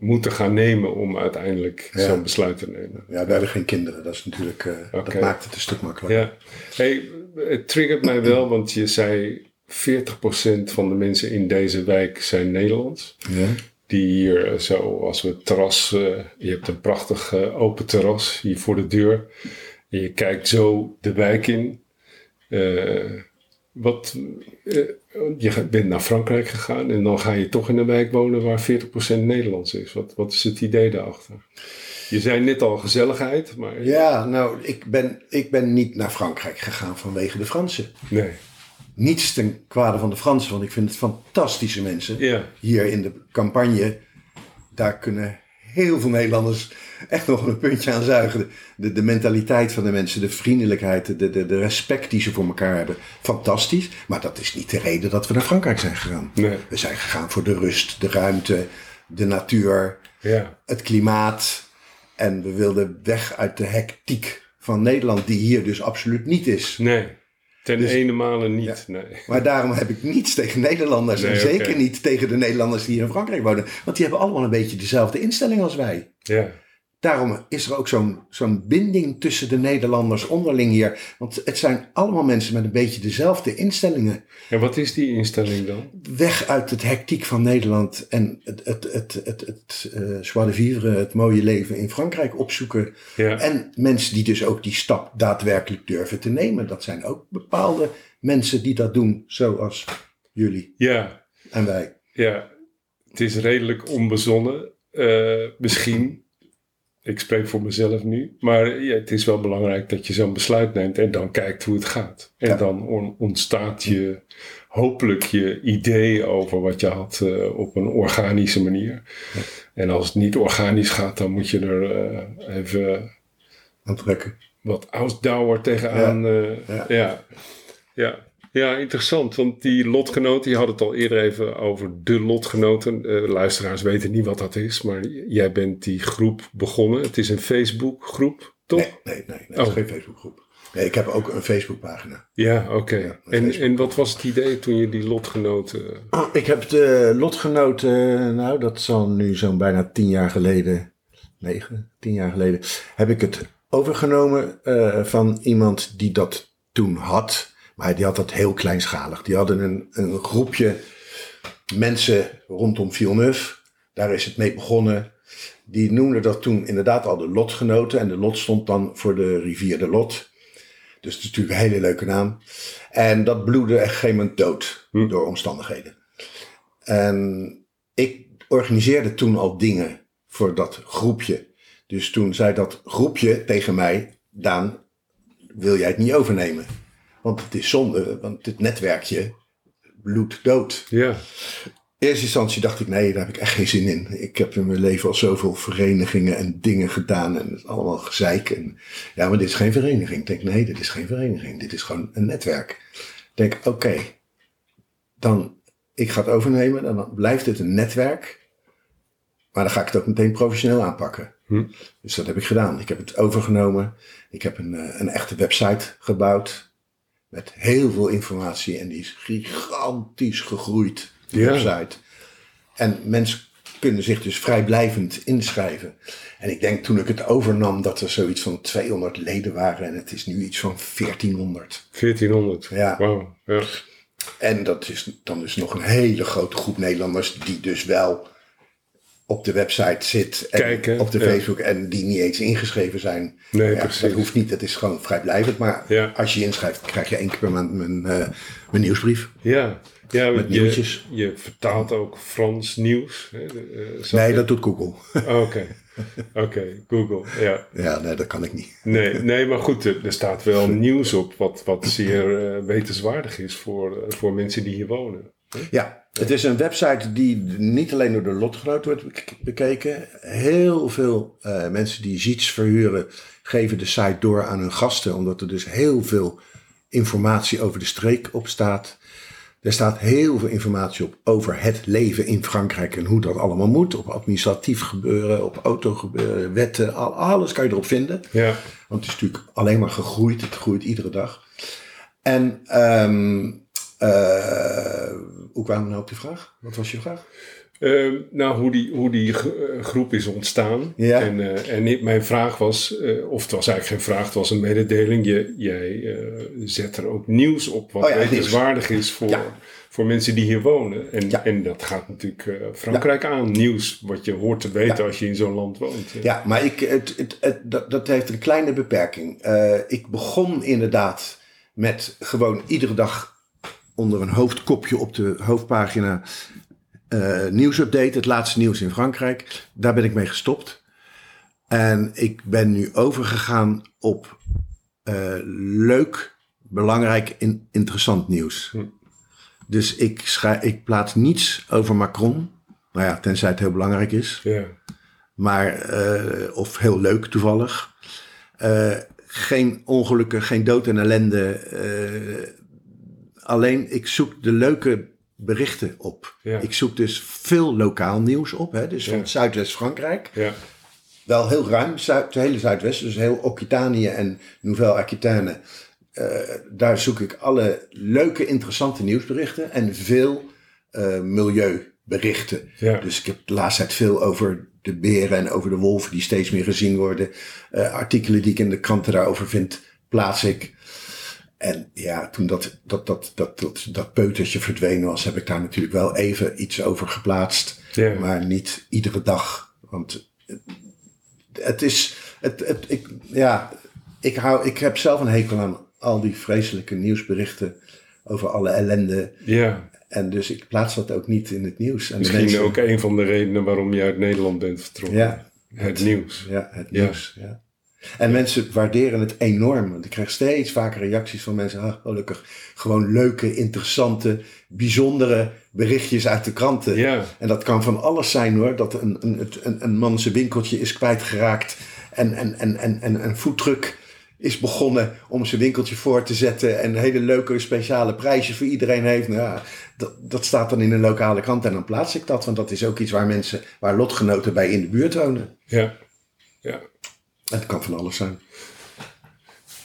[SPEAKER 2] moeten gaan nemen om uiteindelijk
[SPEAKER 1] Ja.
[SPEAKER 2] zo'n besluit te nemen.
[SPEAKER 1] Ja, we hebben geen kinderen. Dat is natuurlijk, eh,
[SPEAKER 2] Oké.
[SPEAKER 1] dat maakt het een stuk makkelijker.
[SPEAKER 2] Ja, hey, het triggert mij wel, want je zei 40% van de mensen in deze wijk zijn Nederlands.
[SPEAKER 1] Ja.
[SPEAKER 2] die hier eh, zo als we het terras, eh, je hebt een prachtig eh, open terras hier voor de deur. En je kijkt zo de wijk in. Eh, wat, eh, je gaat- bent naar Frankrijk gegaan en dan ga je toch in een wijk wonen waar 40% Nederlands is. Wat, wat is het idee daarachter? Je zei net al gezelligheid, maar
[SPEAKER 1] Ja, nou, ik ben, ik ben niet naar Frankrijk gegaan vanwege de Fransen.
[SPEAKER 2] nee.
[SPEAKER 1] Niets ten kwade van de Fransen, want ik vind het fantastische mensen.
[SPEAKER 2] Ja,
[SPEAKER 1] hier in de campagne, daar kunnen heel veel Nederlanders echt nog een puntje aan zuigen. De, de mentaliteit van de mensen, de vriendelijkheid, de, de, de respect die ze voor elkaar hebben. Fantastisch, maar dat is niet de reden dat we naar Frankrijk zijn gegaan.
[SPEAKER 2] nee.
[SPEAKER 1] We zijn gegaan voor de rust, de ruimte, de natuur,
[SPEAKER 2] Ja,
[SPEAKER 1] het klimaat. En we wilden weg uit de hectiek van Nederland, die hier dus absoluut niet is.
[SPEAKER 2] nee. Dus- Ten ene male niet, nee.
[SPEAKER 1] Maar daarom heb ik niets tegen Nederlanders. en
[SPEAKER 2] Nee, oké.
[SPEAKER 1] zeker niet tegen de Nederlanders die hier in Frankrijk wonen. Want die hebben allemaal een beetje dezelfde instelling als wij.
[SPEAKER 2] Ja,
[SPEAKER 1] Daarom is er ook zo'n zo'n binding tussen de Nederlanders onderling hier. Want het zijn allemaal mensen met een beetje dezelfde instellingen.
[SPEAKER 2] en wat is die instelling dan?
[SPEAKER 1] Weg uit het hectiek van Nederland en het, het, het, het, het, eh, joie de vivre, het mooie leven in Frankrijk opzoeken.
[SPEAKER 2] Ja,
[SPEAKER 1] En mensen die dus ook die stap daadwerkelijk durven te nemen. Dat zijn ook bepaalde mensen die dat doen, zoals jullie
[SPEAKER 2] ja.
[SPEAKER 1] en wij.
[SPEAKER 2] Ja, het is redelijk onbezonnen, eh, misschien. ik spreek voor mezelf nu. Maar ja, het is wel belangrijk dat je zo'n besluit neemt en dan kijkt hoe het gaat. En
[SPEAKER 1] Ja.
[SPEAKER 2] dan on- ontstaat je hopelijk je idee over wat je had eh, op een organische manier. En als het niet organisch gaat, dan moet je er eh, even
[SPEAKER 1] aan het trekken.
[SPEAKER 2] wat ausdauer tegenaan. eh,
[SPEAKER 1] ja.
[SPEAKER 2] Ja. ja. ja. interessant, want die lotgenoten, je had het al eerder even over de lotgenoten. Eh, luisteraars weten niet wat dat is, maar j- jij bent die groep begonnen. Het is een Facebookgroep, toch?
[SPEAKER 1] Nee, nee, nee. nee het is
[SPEAKER 2] Oh.
[SPEAKER 1] geen Facebookgroep. Nee, ik heb ook een Facebookpagina.
[SPEAKER 2] Ja, oké.
[SPEAKER 1] een
[SPEAKER 2] en,
[SPEAKER 1] Facebook.
[SPEAKER 2] en wat was het idee toen je die lotgenoten...
[SPEAKER 1] Oh, Ik heb de lotgenoten, nou dat zal nu zo'n bijna tien jaar geleden, negen, tien jaar geleden, heb ik het overgenomen eh, van iemand die dat toen had. Maar die had dat heel kleinschalig. Die hadden een, een groepje mensen rondom Villeneuve. Daar is het mee begonnen. Die noemden dat toen inderdaad al de lotgenoten. En de lot stond dan voor de rivier de Lot. Dus het is natuurlijk een hele leuke naam. En dat bloedde op een gegeven moment dood door omstandigheden. En ik organiseerde toen al dingen voor dat groepje. Dus toen zei dat groepje tegen mij, Daan, wil jij het niet overnemen? Want het is zonde, want dit netwerkje bloedt dood.
[SPEAKER 2] Ja,
[SPEAKER 1] In eerste instantie dacht ik, nee, daar heb ik echt geen zin in. Ik heb in mijn leven al zoveel verenigingen en dingen gedaan en het is allemaal gezeik. En, ja, maar dit is geen vereniging. Ik denk, nee, dit is geen vereniging. Dit is gewoon een netwerk. Ik denk, oké, dan, ik ga het overnemen. Dan blijft het een netwerk. Maar dan ga ik het ook meteen professioneel aanpakken.
[SPEAKER 2] Hm.
[SPEAKER 1] Dus dat heb ik gedaan. Ik heb het overgenomen. Ik heb een, eh, een echte website gebouwd. Met heel veel informatie. En die is gigantisch gegroeid. Die
[SPEAKER 2] Ja.
[SPEAKER 1] website. En mensen kunnen zich dus vrijblijvend inschrijven. En ik denk toen ik het overnam dat er zoiets van 200 leden waren. En het is nu iets van 1400.
[SPEAKER 2] 1400.
[SPEAKER 1] Ja.
[SPEAKER 2] Wauw, ja.
[SPEAKER 1] En dat is dan dus nog een hele grote groep Nederlanders die dus wel op de website zit en
[SPEAKER 2] Kijken,
[SPEAKER 1] op de
[SPEAKER 2] ja.
[SPEAKER 1] Facebook en die niet eens ingeschreven zijn.
[SPEAKER 2] Nee,
[SPEAKER 1] ja,
[SPEAKER 2] precies.
[SPEAKER 1] Dat hoeft niet, dat is gewoon vrijblijvend. Maar
[SPEAKER 2] Ja.
[SPEAKER 1] als je je inschrijft, krijg je één keer per maand mijn, eh, mijn nieuwsbrief.
[SPEAKER 2] Ja, ja
[SPEAKER 1] Met
[SPEAKER 2] je,
[SPEAKER 1] nieuwtjes.
[SPEAKER 2] je vertaalt ook Frans nieuws. Hè? Eh, zag
[SPEAKER 1] Nee,
[SPEAKER 2] ik?
[SPEAKER 1] dat doet Google.
[SPEAKER 2] Oké, oké, Google, ja.
[SPEAKER 1] ja, nee, dat kan ik niet.
[SPEAKER 2] Nee, nee, maar goed, er, er staat wel nieuws op wat, wat zeer eh, wetenswaardig is voor, eh, voor mensen die hier wonen.
[SPEAKER 1] Ja, het is een website die niet alleen door de lotgenoot wordt bek- bekeken. Heel veel eh, mensen die ziets verhuren geven de site door aan hun gasten. Omdat er dus heel veel informatie over de streek op staat. Er staat heel veel informatie op over het leven in Frankrijk en hoe dat allemaal moet. Op administratief gebeuren, op autogebeuren, wetten, al- alles kan je erop vinden.
[SPEAKER 2] Ja,
[SPEAKER 1] Want het is natuurlijk alleen maar gegroeid. Het groeit iedere dag. En ehm, eh, hoe kwamen we nou op die vraag? Wat was je vraag?
[SPEAKER 2] Ehm, nou, hoe die, hoe die gro- eh, groep is ontstaan.
[SPEAKER 1] Ja.
[SPEAKER 2] En, eh, en ik- mijn vraag was, eh, of het was eigenlijk geen vraag, het was een mededeling. Je, jij eh, zet er ook nieuws op wat
[SPEAKER 1] Oh ja, nieuws.
[SPEAKER 2] wetenswaardig is voor,
[SPEAKER 1] Ja.
[SPEAKER 2] voor mensen die hier wonen. En,
[SPEAKER 1] Ja.
[SPEAKER 2] en dat gaat natuurlijk eh, Frankrijk aan. Nieuws wat je hoort te weten als je in zo'n land woont.
[SPEAKER 1] Ja, maar ik, het, het, het- dat, dat heeft een kleine beperking. Eh, ik begon inderdaad met gewoon iedere dag onder een hoofdkopje op de hoofdpagina eh, nieuwsupdate, het laatste nieuws in Frankrijk. Daar ben ik mee gestopt. En ik ben nu overgegaan op eh, leuk, belangrijk en interessant nieuws. Dus ik, schrijf, ik plaats niets over Macron. Nou ja, tenzij het heel belangrijk is
[SPEAKER 2] Ja.
[SPEAKER 1] maar, eh, of heel leuk toevallig. Eh, geen ongelukken, geen dood en ellende. eh, alleen ik zoek de leuke berichten op.
[SPEAKER 2] Ja.
[SPEAKER 1] Ik zoek dus veel lokaal nieuws op. Hè, dus
[SPEAKER 2] Ja.
[SPEAKER 1] van Zuidwest-Frankrijk.
[SPEAKER 2] ja.
[SPEAKER 1] Wel heel ruim, Zuid, het hele Zuidwesten. Dus heel Occitanië en Nouvelle-Aquitaine. Eh, daar zoek ik alle leuke, interessante nieuwsberichten. En veel eh, milieuberichten.
[SPEAKER 2] Ja.
[SPEAKER 1] Dus ik heb de laatste tijd veel over de beren en over de wolven die steeds meer gezien worden. Eh, artikelen die ik in de kranten daarover vind, plaats ik. En ja, toen dat, dat, dat, dat, dat, dat peutertje verdwenen was, heb ik daar natuurlijk wel even iets over geplaatst.
[SPEAKER 2] Ja.
[SPEAKER 1] Maar niet iedere dag. Want het is. Het, het, ik, ja, ik, hou, ik heb zelf een hekel aan al die vreselijke nieuwsberichten over alle ellende.
[SPEAKER 2] ja.
[SPEAKER 1] En dus ik plaats dat ook niet in het nieuws. En de
[SPEAKER 2] Misschien
[SPEAKER 1] mensen-
[SPEAKER 2] ook een van de redenen waarom je uit Nederland bent vertrokken.
[SPEAKER 1] Ja,
[SPEAKER 2] Het nieuws.
[SPEAKER 1] Ja, het nieuws. Ja. En mensen waarderen het enorm. Want ik krijg steeds vaker reacties van mensen. Ah, gelukkig. Gewoon leuke, interessante, bijzondere berichtjes uit de kranten.
[SPEAKER 2] Ja.
[SPEAKER 1] En dat kan van alles zijn hoor. Dat een, een, het- een, een man zijn winkeltje is kwijtgeraakt. En, en, en, en, en een foodtruck is begonnen om zijn winkeltje voor te zetten. En hele leuke speciale prijzen voor iedereen heeft. Nou, ja, dat, dat staat dan in een lokale krant. En dan plaats ik dat. Want dat is ook iets waar mensen, waar lotgenoten bij in de buurt wonen.
[SPEAKER 2] Ja. ja.
[SPEAKER 1] En dat kan van alles zijn.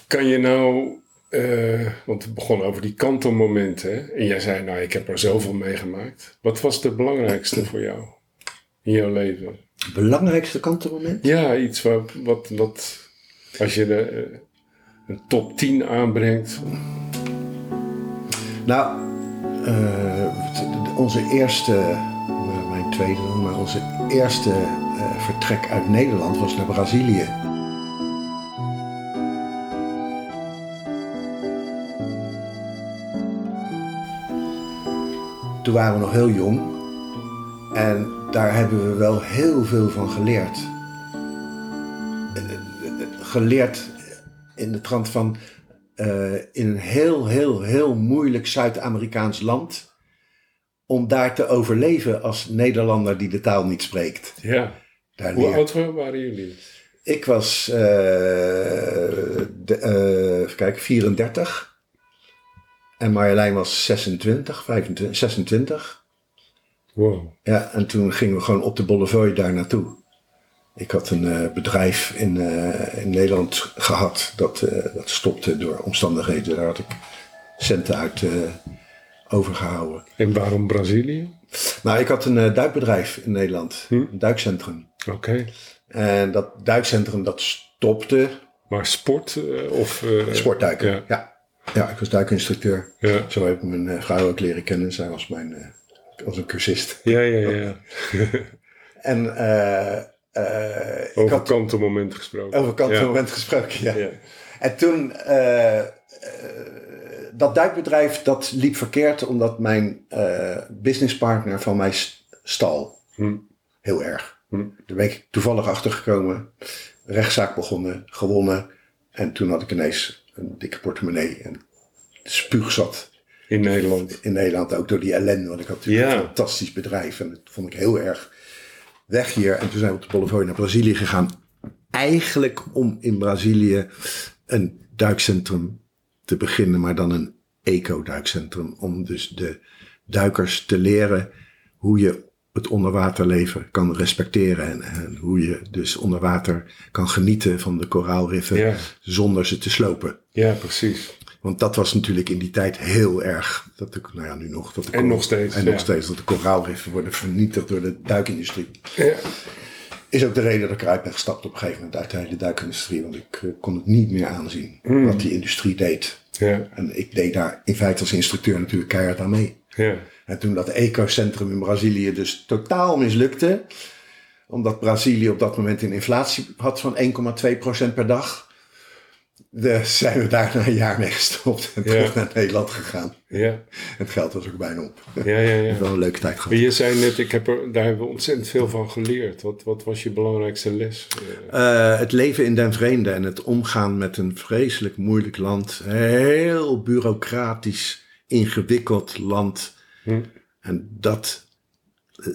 [SPEAKER 2] Kan je nou, eh, want we begonnen over die kantelmomenten. hè? En jij zei, nou, ik heb er zoveel meegemaakt. Wat was de belangrijkste voor jou in jouw leven?
[SPEAKER 1] Belangrijkste kantelmoment?
[SPEAKER 2] Ja, iets wat, wat, wat als je de, eh, een top 10 aanbrengt.
[SPEAKER 1] Nou, eh, t- t- onze eerste, eh, mijn tweede dan, maar onze eerste eh, vertrek uit Nederland was naar Brazilië. Toen waren we nog heel jong en daar hebben we wel heel veel van geleerd. Eh, eh, eh, Geleerd in de trant van eh, in een heel, heel, heel moeilijk Zuid-Amerikaans land. Om daar te overleven als Nederlander die de taal niet spreekt.
[SPEAKER 2] Ja.
[SPEAKER 1] Daar
[SPEAKER 2] Hoe
[SPEAKER 1] leer-
[SPEAKER 2] oud waren jullie?
[SPEAKER 1] Ik was eh, de- eh, even kijken, 34. En Marjolein was 26, 25, 26.
[SPEAKER 2] Wow.
[SPEAKER 1] Ja, en toen gingen we gewoon op de Bollevooie daar naartoe. Ik had een eh, bedrijf in, eh, in Nederland gehad dat, eh, dat stopte door omstandigheden. Daar had ik centen uit eh, overgehouden.
[SPEAKER 2] En waarom Brazilië?
[SPEAKER 1] Nou, ik had een eh, duikbedrijf in Nederland,
[SPEAKER 2] Hm.
[SPEAKER 1] een duikcentrum.
[SPEAKER 2] Oké.
[SPEAKER 1] En dat duikcentrum dat stopte.
[SPEAKER 2] Maar sport eh, of... eh,
[SPEAKER 1] Sportduiken,
[SPEAKER 2] Ja.
[SPEAKER 1] ja. ja. ik was duikinstructeur.
[SPEAKER 2] Ja.
[SPEAKER 1] Zo heb ik mijn eh, vrouw ook leren kennen. Zij was mijn, eh, was een cursist.
[SPEAKER 2] Ja, ja, ja.
[SPEAKER 1] En eh, eh, ik
[SPEAKER 2] Over
[SPEAKER 1] had Oh.
[SPEAKER 2] kantelmomenten gesproken.
[SPEAKER 1] over kant
[SPEAKER 2] Ja.
[SPEAKER 1] moment gesproken, ja.
[SPEAKER 2] Ja.
[SPEAKER 1] En toen, eh, eh, dat duikbedrijf, dat liep verkeerd omdat mijn eh, businesspartner van mij s- stal.
[SPEAKER 2] Hm.
[SPEAKER 1] Heel erg.
[SPEAKER 2] Hm.
[SPEAKER 1] Daar ben ik toevallig achter gekomen. Rechtszaak begonnen, gewonnen. En toen had ik ineens een dikke portemonnee en spuugzat
[SPEAKER 2] In Nederland.
[SPEAKER 1] in Nederland ook door die ellende. Want ik had natuurlijk
[SPEAKER 2] Ja.
[SPEAKER 1] een fantastisch bedrijf en dat vond ik heel erg weg hier. En toen zijn we op de Bollevooie naar Brazilië gegaan. Eigenlijk om in Brazilië een duikcentrum te beginnen, maar dan een eco-duikcentrum. Om dus de duikers te leren hoe je het onderwaterleven kan respecteren. En, en hoe je dus onder water kan genieten van de koraalriffen
[SPEAKER 2] Ja.
[SPEAKER 1] zonder ze te slopen.
[SPEAKER 2] Ja, precies.
[SPEAKER 1] Want dat was natuurlijk in die tijd heel erg. Dat de, nou ja, nu nog. Dat de
[SPEAKER 2] En
[SPEAKER 1] koraal-
[SPEAKER 2] nog steeds,
[SPEAKER 1] En
[SPEAKER 2] ja.
[SPEAKER 1] nog steeds dat de koraalriffen worden vernietigd door de duikindustrie.
[SPEAKER 2] Ja.
[SPEAKER 1] Is ook de reden dat ik eruit ben gestapt op een gegeven moment uit de hele duikindustrie. Want ik eh, kon het niet meer aanzien
[SPEAKER 2] Hmm.
[SPEAKER 1] wat die industrie deed.
[SPEAKER 2] Ja.
[SPEAKER 1] En ik deed daar in feite als instructeur natuurlijk keihard aan mee.
[SPEAKER 2] Ja.
[SPEAKER 1] En toen dat ecocentrum in Brazilië dus totaal mislukte. Omdat Brazilië op dat moment een inflatie had van 1,2% per dag. Dus zijn we daar na een jaar mee gestopt en
[SPEAKER 2] Ja.
[SPEAKER 1] terug naar Nederland gegaan.
[SPEAKER 2] Ja.
[SPEAKER 1] Het geld was ook bijna op.
[SPEAKER 2] Ja, ja, ja.
[SPEAKER 1] Wel een leuke tijd gehad.
[SPEAKER 2] Maar je zei net, ik heb er, daar hebben we ontzettend veel van geleerd. Wat, wat was je belangrijkste les? Eh,
[SPEAKER 1] Eh, het leven in den vreemde en het omgaan met een vreselijk moeilijk land. Heel bureaucratisch, ingewikkeld land.
[SPEAKER 2] Hm.
[SPEAKER 1] En dat,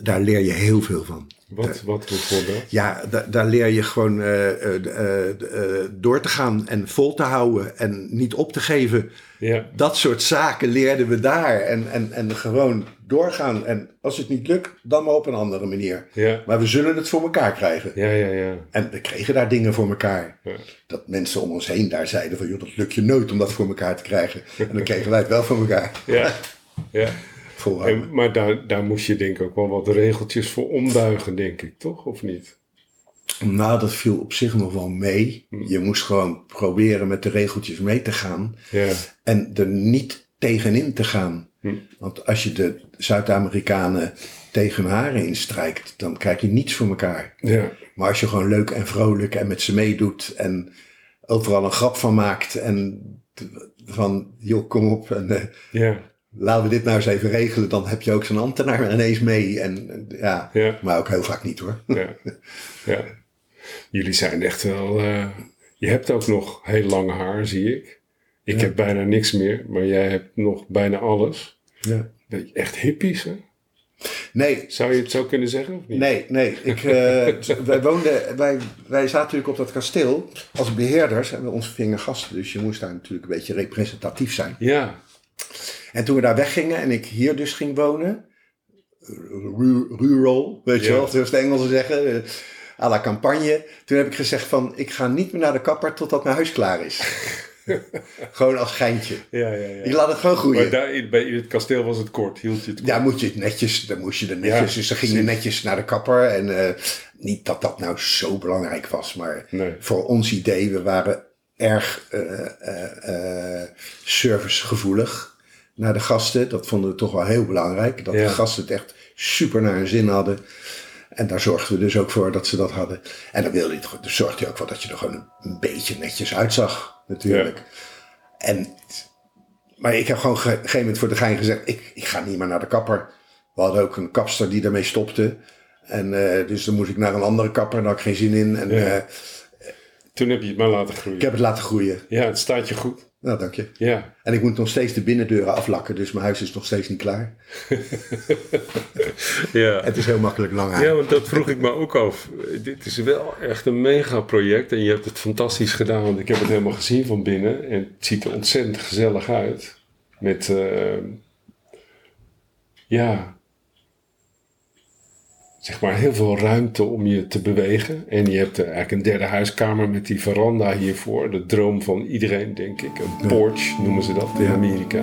[SPEAKER 1] daar leer je heel veel van.
[SPEAKER 2] wat, wat bijvoorbeeld?
[SPEAKER 1] Ja, da- daar leer je gewoon eh, eh, eh, eh, door te gaan en vol te houden en niet op te geven.
[SPEAKER 2] Ja,
[SPEAKER 1] Dat soort zaken leerden we daar. En, en, en gewoon doorgaan. En als het niet lukt, dan maar op een andere manier.
[SPEAKER 2] ja,
[SPEAKER 1] Maar we zullen het voor elkaar krijgen.
[SPEAKER 2] ja, ja, ja.
[SPEAKER 1] En we kregen daar dingen voor elkaar.
[SPEAKER 2] Ja.
[SPEAKER 1] Dat mensen om ons heen daar zeiden van... joh, dat lukt je nooit om dat voor elkaar te krijgen. En dan kregen wij het wel voor elkaar.
[SPEAKER 2] ja. ja.
[SPEAKER 1] Volhouden.
[SPEAKER 2] En, maar daar, daar moest je denk ik ook wel wat regeltjes voor ombuigen, denk ik, toch? Of niet?
[SPEAKER 1] Nou, dat viel op zich nog wel mee.
[SPEAKER 2] Hm.
[SPEAKER 1] Je moest gewoon proberen met de regeltjes mee te gaan.
[SPEAKER 2] Ja,
[SPEAKER 1] En er niet tegenin te gaan. Want als je de Zuid-Amerikanen tegen hun haren instrijkt, dan krijg je niets voor elkaar.
[SPEAKER 2] ja,
[SPEAKER 1] Maar als je gewoon leuk en vrolijk en met ze meedoet en overal een grap van maakt en t- van, joh, kom op en eh,
[SPEAKER 2] ja,
[SPEAKER 1] laten we dit nou eens even regelen, dan heb je ook zo'n ambtenaar ineens mee. En, eh, ja.
[SPEAKER 2] Ja.
[SPEAKER 1] Maar ook heel vaak niet hoor.
[SPEAKER 2] ja. ja. Jullie zijn echt wel. eh, je hebt ook nog heel lang haar, zie ik. Ik heb bijna niks meer, maar jij hebt nog bijna alles.
[SPEAKER 1] Ja.
[SPEAKER 2] Dat je- Echt hippies, hè?
[SPEAKER 1] Nee,
[SPEAKER 2] Zou je het zo kunnen zeggen? Of niet?
[SPEAKER 1] Nee, nee. Ik, eh, t- wij, woonden, wij, wij zaten natuurlijk op dat kasteel als beheerders en we ontvingen gasten. Dus je moest daar natuurlijk een beetje representatief zijn.
[SPEAKER 2] Ja,
[SPEAKER 1] En toen we daar weggingen en ik hier dus ging wonen, ru- rural, weet je
[SPEAKER 2] Ja.
[SPEAKER 1] wel, zoals de Engelsen zeggen, eh, à la campagne. Toen heb ik gezegd van, ik ga niet meer naar de kapper totdat mijn huis klaar is. gewoon als geintje.
[SPEAKER 2] ja, ja. ja.
[SPEAKER 1] Ik laat het gewoon
[SPEAKER 2] Maar
[SPEAKER 1] groeien.
[SPEAKER 2] daar, in- bij in het kasteel was het kort, hield je het kort.
[SPEAKER 1] Daar moet je het netjes, daar moest je er netjes.
[SPEAKER 2] Ja,
[SPEAKER 1] dus dan ging je netjes naar de kapper. En eh, niet dat dat nou zo belangrijk was, maar
[SPEAKER 2] Nee.
[SPEAKER 1] eh, voor ons idee, we waren erg eh, eh, eh, servicegevoelig naar de gasten. Dat vonden we toch wel heel belangrijk. Dat
[SPEAKER 2] Ja.
[SPEAKER 1] de gasten het echt super naar hun zin hadden. En daar zorgden we dus ook voor dat ze dat hadden. En dan wilde je, toch- dus zorgde je ook voor dat je er gewoon een- een beetje netjes uitzag, natuurlijk. En, maar ik heb gewoon op een gegeven moment voor de gein gezegd, ik, ik ga niet meer naar de kapper. We hadden ook een kapster die daarmee stopte. En eh, dus dan moest ik naar een andere kapper, daar had ik geen zin in. En
[SPEAKER 2] Ja.
[SPEAKER 1] eh,
[SPEAKER 2] Toen heb je het maar laten groeien.
[SPEAKER 1] ik heb het laten groeien.
[SPEAKER 2] Ja, het staat je goed.
[SPEAKER 1] Nou, dank je.
[SPEAKER 2] Ja.
[SPEAKER 1] En ik moet nog steeds de binnendeuren aflakken, dus mijn huis is nog steeds niet klaar.
[SPEAKER 2] ja.
[SPEAKER 1] Het is heel makkelijk lang aan.
[SPEAKER 2] Ja, want dat vroeg ik me ook af. Dit is wel echt een megaproject en je hebt het fantastisch gedaan, want ik heb het helemaal gezien van binnen en het ziet er ontzettend gezellig uit. Met, eh, ja, zeg maar heel veel ruimte om je te bewegen. En je hebt eh, eigenlijk een derde huiskamer met die veranda hiervoor. De droom van iedereen, denk ik. Een porch noemen ze dat in
[SPEAKER 1] Ja.
[SPEAKER 2] Amerika.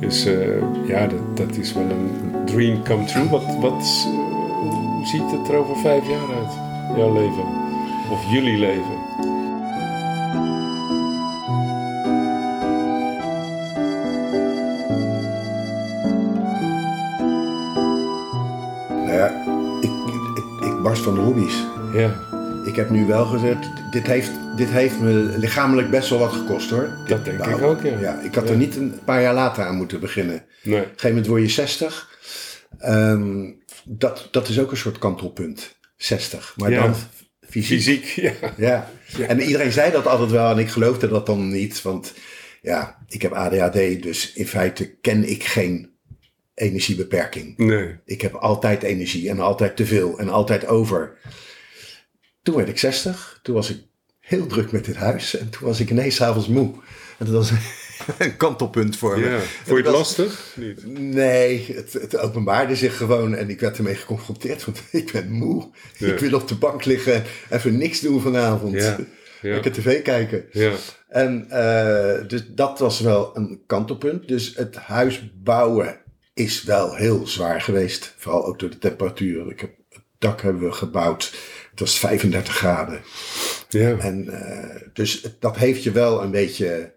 [SPEAKER 2] Dus eh, ja, dat, dat is wel een dream come true. Wat, wat, eh, hoe ziet het er over vijf jaar uit? Jouw leven. Of jullie leven.
[SPEAKER 1] Nou ja, ik, ik, ik barst van de hobby's.
[SPEAKER 2] Ja,
[SPEAKER 1] Ik heb nu wel gezegd, dit heeft, dit heeft me lichamelijk best wel wat gekost hoor.
[SPEAKER 2] dat denk ik
[SPEAKER 1] Behouden.
[SPEAKER 2] ook, ja.
[SPEAKER 1] Ja, ik had er niet een paar jaar later aan moeten beginnen. Op een
[SPEAKER 2] Nee,
[SPEAKER 1] gegeven moment word je 60. Ehm, dat, dat is ook een soort kantelpunt. 60. Maar
[SPEAKER 2] Ja.
[SPEAKER 1] dan fysiek.
[SPEAKER 2] fysiek, ja.
[SPEAKER 1] Ja. en iedereen zei dat altijd wel en ik geloofde dat dan niet. Want ja, ik heb ADHD, dus in feite ken ik geen energiebeperking.
[SPEAKER 2] Nee,
[SPEAKER 1] Ik heb altijd energie en altijd te veel en altijd over. Toen werd ik 60, toen was ik heel druk met dit huis en toen was ik ineens 's avonds moe. En dat was een kantelpunt voor me.
[SPEAKER 2] ja. Vond je het
[SPEAKER 1] Dat-
[SPEAKER 2] lastig? Niet.
[SPEAKER 1] Nee, het, het openbaarde zich gewoon en ik werd ermee geconfronteerd, want ik ben moe.
[SPEAKER 2] Ja.
[SPEAKER 1] Ik wil op de bank liggen en even niks doen vanavond.
[SPEAKER 2] Ja, ja,
[SPEAKER 1] Lekker tv kijken.
[SPEAKER 2] ja.
[SPEAKER 1] En eh, dus dat was wel een kantelpunt. Dus het huis bouwen is wel heel zwaar geweest. Vooral ook door de temperatuur. Ik heb, het dak hebben we gebouwd. Het was 35 graden.
[SPEAKER 2] ja.
[SPEAKER 1] En eh, dus het- dat heeft je wel een beetje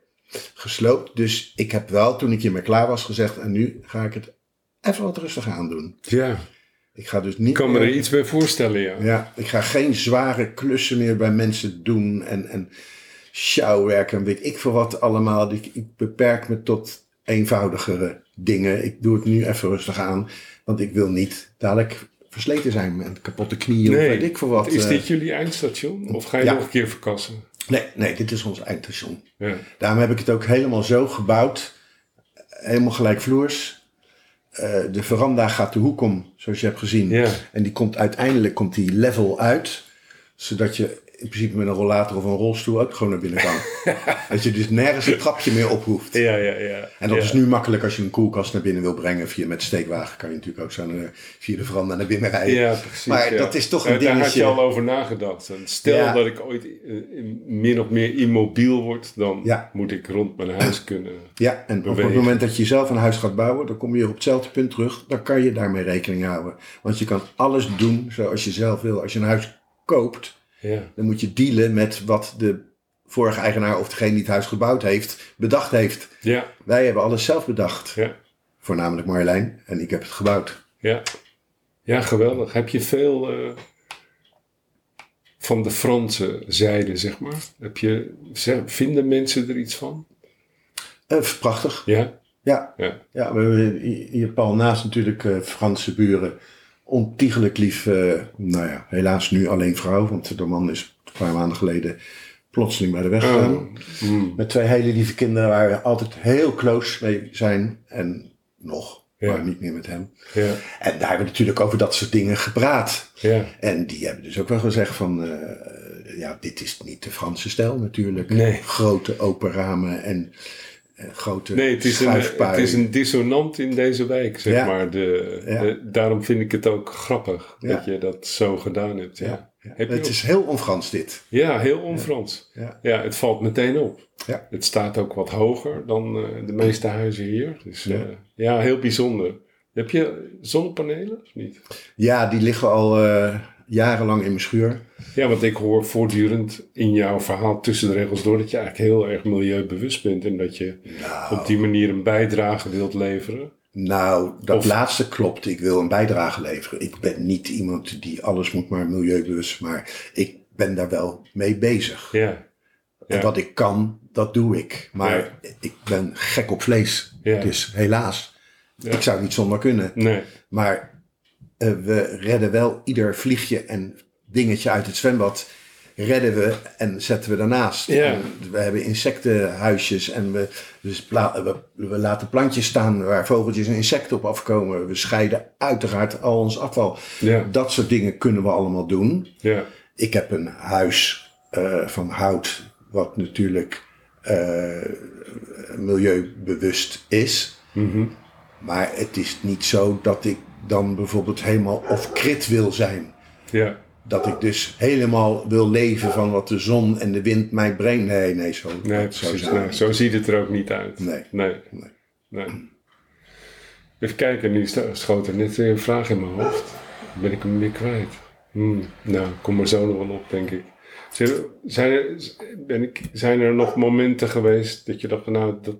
[SPEAKER 1] gesloopt. Dus ik heb wel, toen ik hiermee klaar was, gezegd... en nu ga ik het even wat rustig aandoen.
[SPEAKER 2] Ja,
[SPEAKER 1] Ik ga dus niet
[SPEAKER 2] ik kan me
[SPEAKER 1] meer-
[SPEAKER 2] er iets bij voorstellen, ja.
[SPEAKER 1] ja, ik ga geen zware klussen meer bij mensen doen en, en sjouwwerk en weet ik veel wat allemaal. Ik, ik beperk me tot eenvoudigere dingen. Ik doe het nu even rustig aan, want ik wil niet dadelijk versleten zijn met kapotte knieën
[SPEAKER 2] Nee.
[SPEAKER 1] of weet ik veel wat.
[SPEAKER 2] Is
[SPEAKER 1] eh.
[SPEAKER 2] dit jullie eindstation? Of ga je
[SPEAKER 1] Ja.
[SPEAKER 2] nog een keer verkassen?
[SPEAKER 1] Nee, nee, dit is ons eindstation.
[SPEAKER 2] Ja,
[SPEAKER 1] Daarom heb ik het ook helemaal zo gebouwd. Helemaal gelijkvloers. Eh, de veranda gaat de hoek om, zoals je hebt gezien.
[SPEAKER 2] Ja.
[SPEAKER 1] En die komt uiteindelijk komt die level uit. Zodat je in principe met een rollator of een rolstoel ook gewoon naar binnen kan. dat je dus nergens een trapje meer op hoeft.
[SPEAKER 2] ja, ja. ja.
[SPEAKER 1] En dat
[SPEAKER 2] Ja.
[SPEAKER 1] is nu makkelijk als je een koelkast naar binnen wil brengen. Via met steekwagen kan je natuurlijk ook zo naar, via de veranda naar binnen rijden.
[SPEAKER 2] Ja, precies.
[SPEAKER 1] Maar
[SPEAKER 2] ja.
[SPEAKER 1] dat is toch
[SPEAKER 2] Eh,
[SPEAKER 1] een
[SPEAKER 2] Daar had je
[SPEAKER 1] dingetje.
[SPEAKER 2] al over nagedacht. En stel
[SPEAKER 1] Ja.
[SPEAKER 2] dat ik ooit eh, min of meer immobiel word, dan
[SPEAKER 1] Ja.
[SPEAKER 2] moet ik rond mijn huis kunnen.
[SPEAKER 1] Ja, en op
[SPEAKER 2] Bewegen.
[SPEAKER 1] het moment dat je zelf een huis gaat bouwen, dan kom je op hetzelfde punt terug. Dan kan je daarmee rekening houden. Want je kan alles doen zoals je zelf wil. Als je een huis koopt,
[SPEAKER 2] Ja,
[SPEAKER 1] dan moet je dealen met wat de vorige eigenaar of degene die het huis gebouwd heeft, bedacht heeft.
[SPEAKER 2] ja,
[SPEAKER 1] Wij hebben alles zelf bedacht.
[SPEAKER 2] ja,
[SPEAKER 1] Voornamelijk Marjolein en ik heb het gebouwd.
[SPEAKER 2] ja. ja geweldig. Heb je veel eh, van de Franse zijde, zeg maar? Heb je, ze- vinden mensen er iets van?
[SPEAKER 1] Eh, prachtig.
[SPEAKER 2] Ja,
[SPEAKER 1] Ja,
[SPEAKER 2] ja,
[SPEAKER 1] ja we hebben hier Paul naast natuurlijk eh, Franse buren. ontiegelijk lief, eh, nou ja, helaas nu alleen vrouw, want de man is een paar maanden geleden plotseling bij de
[SPEAKER 2] Oh.
[SPEAKER 1] weg gegaan. Met twee hele lieve kinderen waar we altijd heel close mee zijn en nog,
[SPEAKER 2] Ja.
[SPEAKER 1] maar niet meer met hem.
[SPEAKER 2] Ja.
[SPEAKER 1] En daar hebben we natuurlijk over dat soort dingen gepraat.
[SPEAKER 2] Ja.
[SPEAKER 1] En die hebben dus ook wel gezegd van, eh, ja, dit is niet de Franse stijl natuurlijk.
[SPEAKER 3] Nee.
[SPEAKER 1] Grote open ramen en eh, grote
[SPEAKER 2] Nee, het is, een,
[SPEAKER 1] schuifpui.
[SPEAKER 2] het is een dissonant in deze wijk, zeg
[SPEAKER 1] Ja.
[SPEAKER 2] maar. De,
[SPEAKER 1] Ja.
[SPEAKER 2] de- daarom vind ik het ook grappig
[SPEAKER 1] Ja.
[SPEAKER 2] dat je dat zo gedaan hebt. Ja,
[SPEAKER 1] Ja.
[SPEAKER 2] Heb je
[SPEAKER 1] Het
[SPEAKER 2] ook-
[SPEAKER 1] is heel onfrans dit.
[SPEAKER 2] ja heel onfrans.
[SPEAKER 1] Ja.
[SPEAKER 2] Ja. het valt meteen op.
[SPEAKER 1] Ja.
[SPEAKER 2] Het staat ook wat hoger dan eh, de meeste huizen hier. Dus eh,
[SPEAKER 1] Ja.
[SPEAKER 2] ja, heel bijzonder. Heb je zonnepanelen of niet?
[SPEAKER 1] Ja, die liggen al eh, jarenlang in mijn schuur.
[SPEAKER 2] Ja, want ik hoor voortdurend in jouw verhaal tussen de regels door dat je eigenlijk heel erg milieubewust bent en dat je op die manier een bijdrage wilt leveren.
[SPEAKER 1] Nou, dat
[SPEAKER 2] Of-
[SPEAKER 1] laatste klopt. Ik wil een bijdrage leveren. Ik ben niet iemand die alles moet maar milieubewust, maar ik ben daar wel mee bezig.
[SPEAKER 2] Ja,
[SPEAKER 1] En
[SPEAKER 2] Ja.
[SPEAKER 1] wat ik kan, dat doe ik. Maar ik ben gek op vlees.
[SPEAKER 2] Ja.
[SPEAKER 1] Dus helaas, ik zou niet zonder kunnen.
[SPEAKER 2] nee.
[SPEAKER 1] Maar eh, we redden wel ieder vliegje en dingetje uit het zwembad. Redden we en zetten we daarnaast.
[SPEAKER 2] Ja.
[SPEAKER 1] En We hebben insectenhuisjes en we, dus pla- we, we laten plantjes staan waar vogeltjes en insecten op afkomen. We scheiden uiteraard al ons afval.
[SPEAKER 2] Ja.
[SPEAKER 1] Dat soort dingen kunnen we allemaal doen.
[SPEAKER 2] Ja,
[SPEAKER 1] Ik heb een huis eh, van hout, wat natuurlijk eh, milieubewust is.
[SPEAKER 2] Mhm.
[SPEAKER 1] Maar het is niet zo dat ik dan bijvoorbeeld helemaal off-grid wil zijn.
[SPEAKER 2] ja.
[SPEAKER 1] Dat ik dus helemaal wil leven van wat de zon en de wind mij brengt. Nee, nee, zo,
[SPEAKER 2] Nee,
[SPEAKER 1] dat- zo
[SPEAKER 2] precies.
[SPEAKER 1] zou
[SPEAKER 2] Nou,
[SPEAKER 1] ik-
[SPEAKER 2] zo ziet het er ook niet uit.
[SPEAKER 1] Nee.
[SPEAKER 2] Nee.
[SPEAKER 1] Nee.
[SPEAKER 2] Nee. Even kijken, nu sta- schoot er net weer een vraag in mijn hoofd. Ben ik hem weer kwijt? Hmm, Nou, kom er zo nog wel op, denk ik. Zijn er, zijn er, ben ik, zijn er nog momenten geweest dat je dacht, van, nou, dat,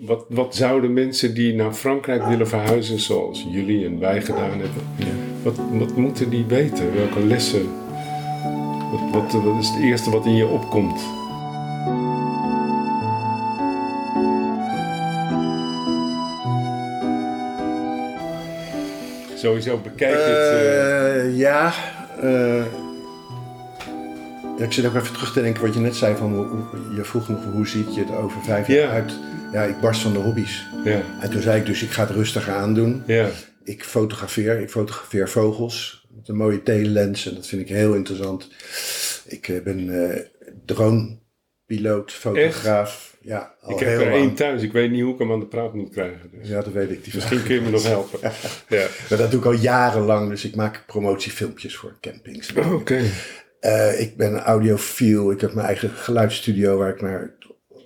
[SPEAKER 2] wat, wat zouden mensen die naar Frankrijk willen verhuizen, zoals jullie en wij gedaan hebben, wat, wat moeten die weten? Welke lessen? Wat, wat, wat is het eerste wat in je opkomt? Sowieso bekijk het. eh,
[SPEAKER 1] Eh, ja. eh, ik zit ook even terug te denken wat je net zei. Van, hoe- hoe- je vroeg nog hoe ziet je het over vijf jaar
[SPEAKER 2] Ja.
[SPEAKER 1] uit. Ja, ik barst van de hobby's.
[SPEAKER 2] Ja,
[SPEAKER 1] En toen zei ik dus, ik ga het rustiger aandoen.
[SPEAKER 2] ja,
[SPEAKER 1] Ik fotografeer, ik fotografeer vogels met een mooie telelens en dat vind ik heel interessant. Ik eh, ben eh, dronepiloot, fotograaf. Ja, al
[SPEAKER 2] ik
[SPEAKER 1] heel
[SPEAKER 2] heb er
[SPEAKER 1] lang.
[SPEAKER 2] één thuis. Ik weet niet hoe ik hem aan de praat moet krijgen. Dus.
[SPEAKER 1] Ja, dat weet ik. Die
[SPEAKER 2] Misschien kun je me nog helpen. Ja.
[SPEAKER 1] Maar dat doe ik al jarenlang, dus ik maak promotiefilmpjes voor campings.
[SPEAKER 2] Oké.
[SPEAKER 1] Eh, ik ben audiofiel, ik heb mijn eigen geluidsstudio waar ik naar, eh,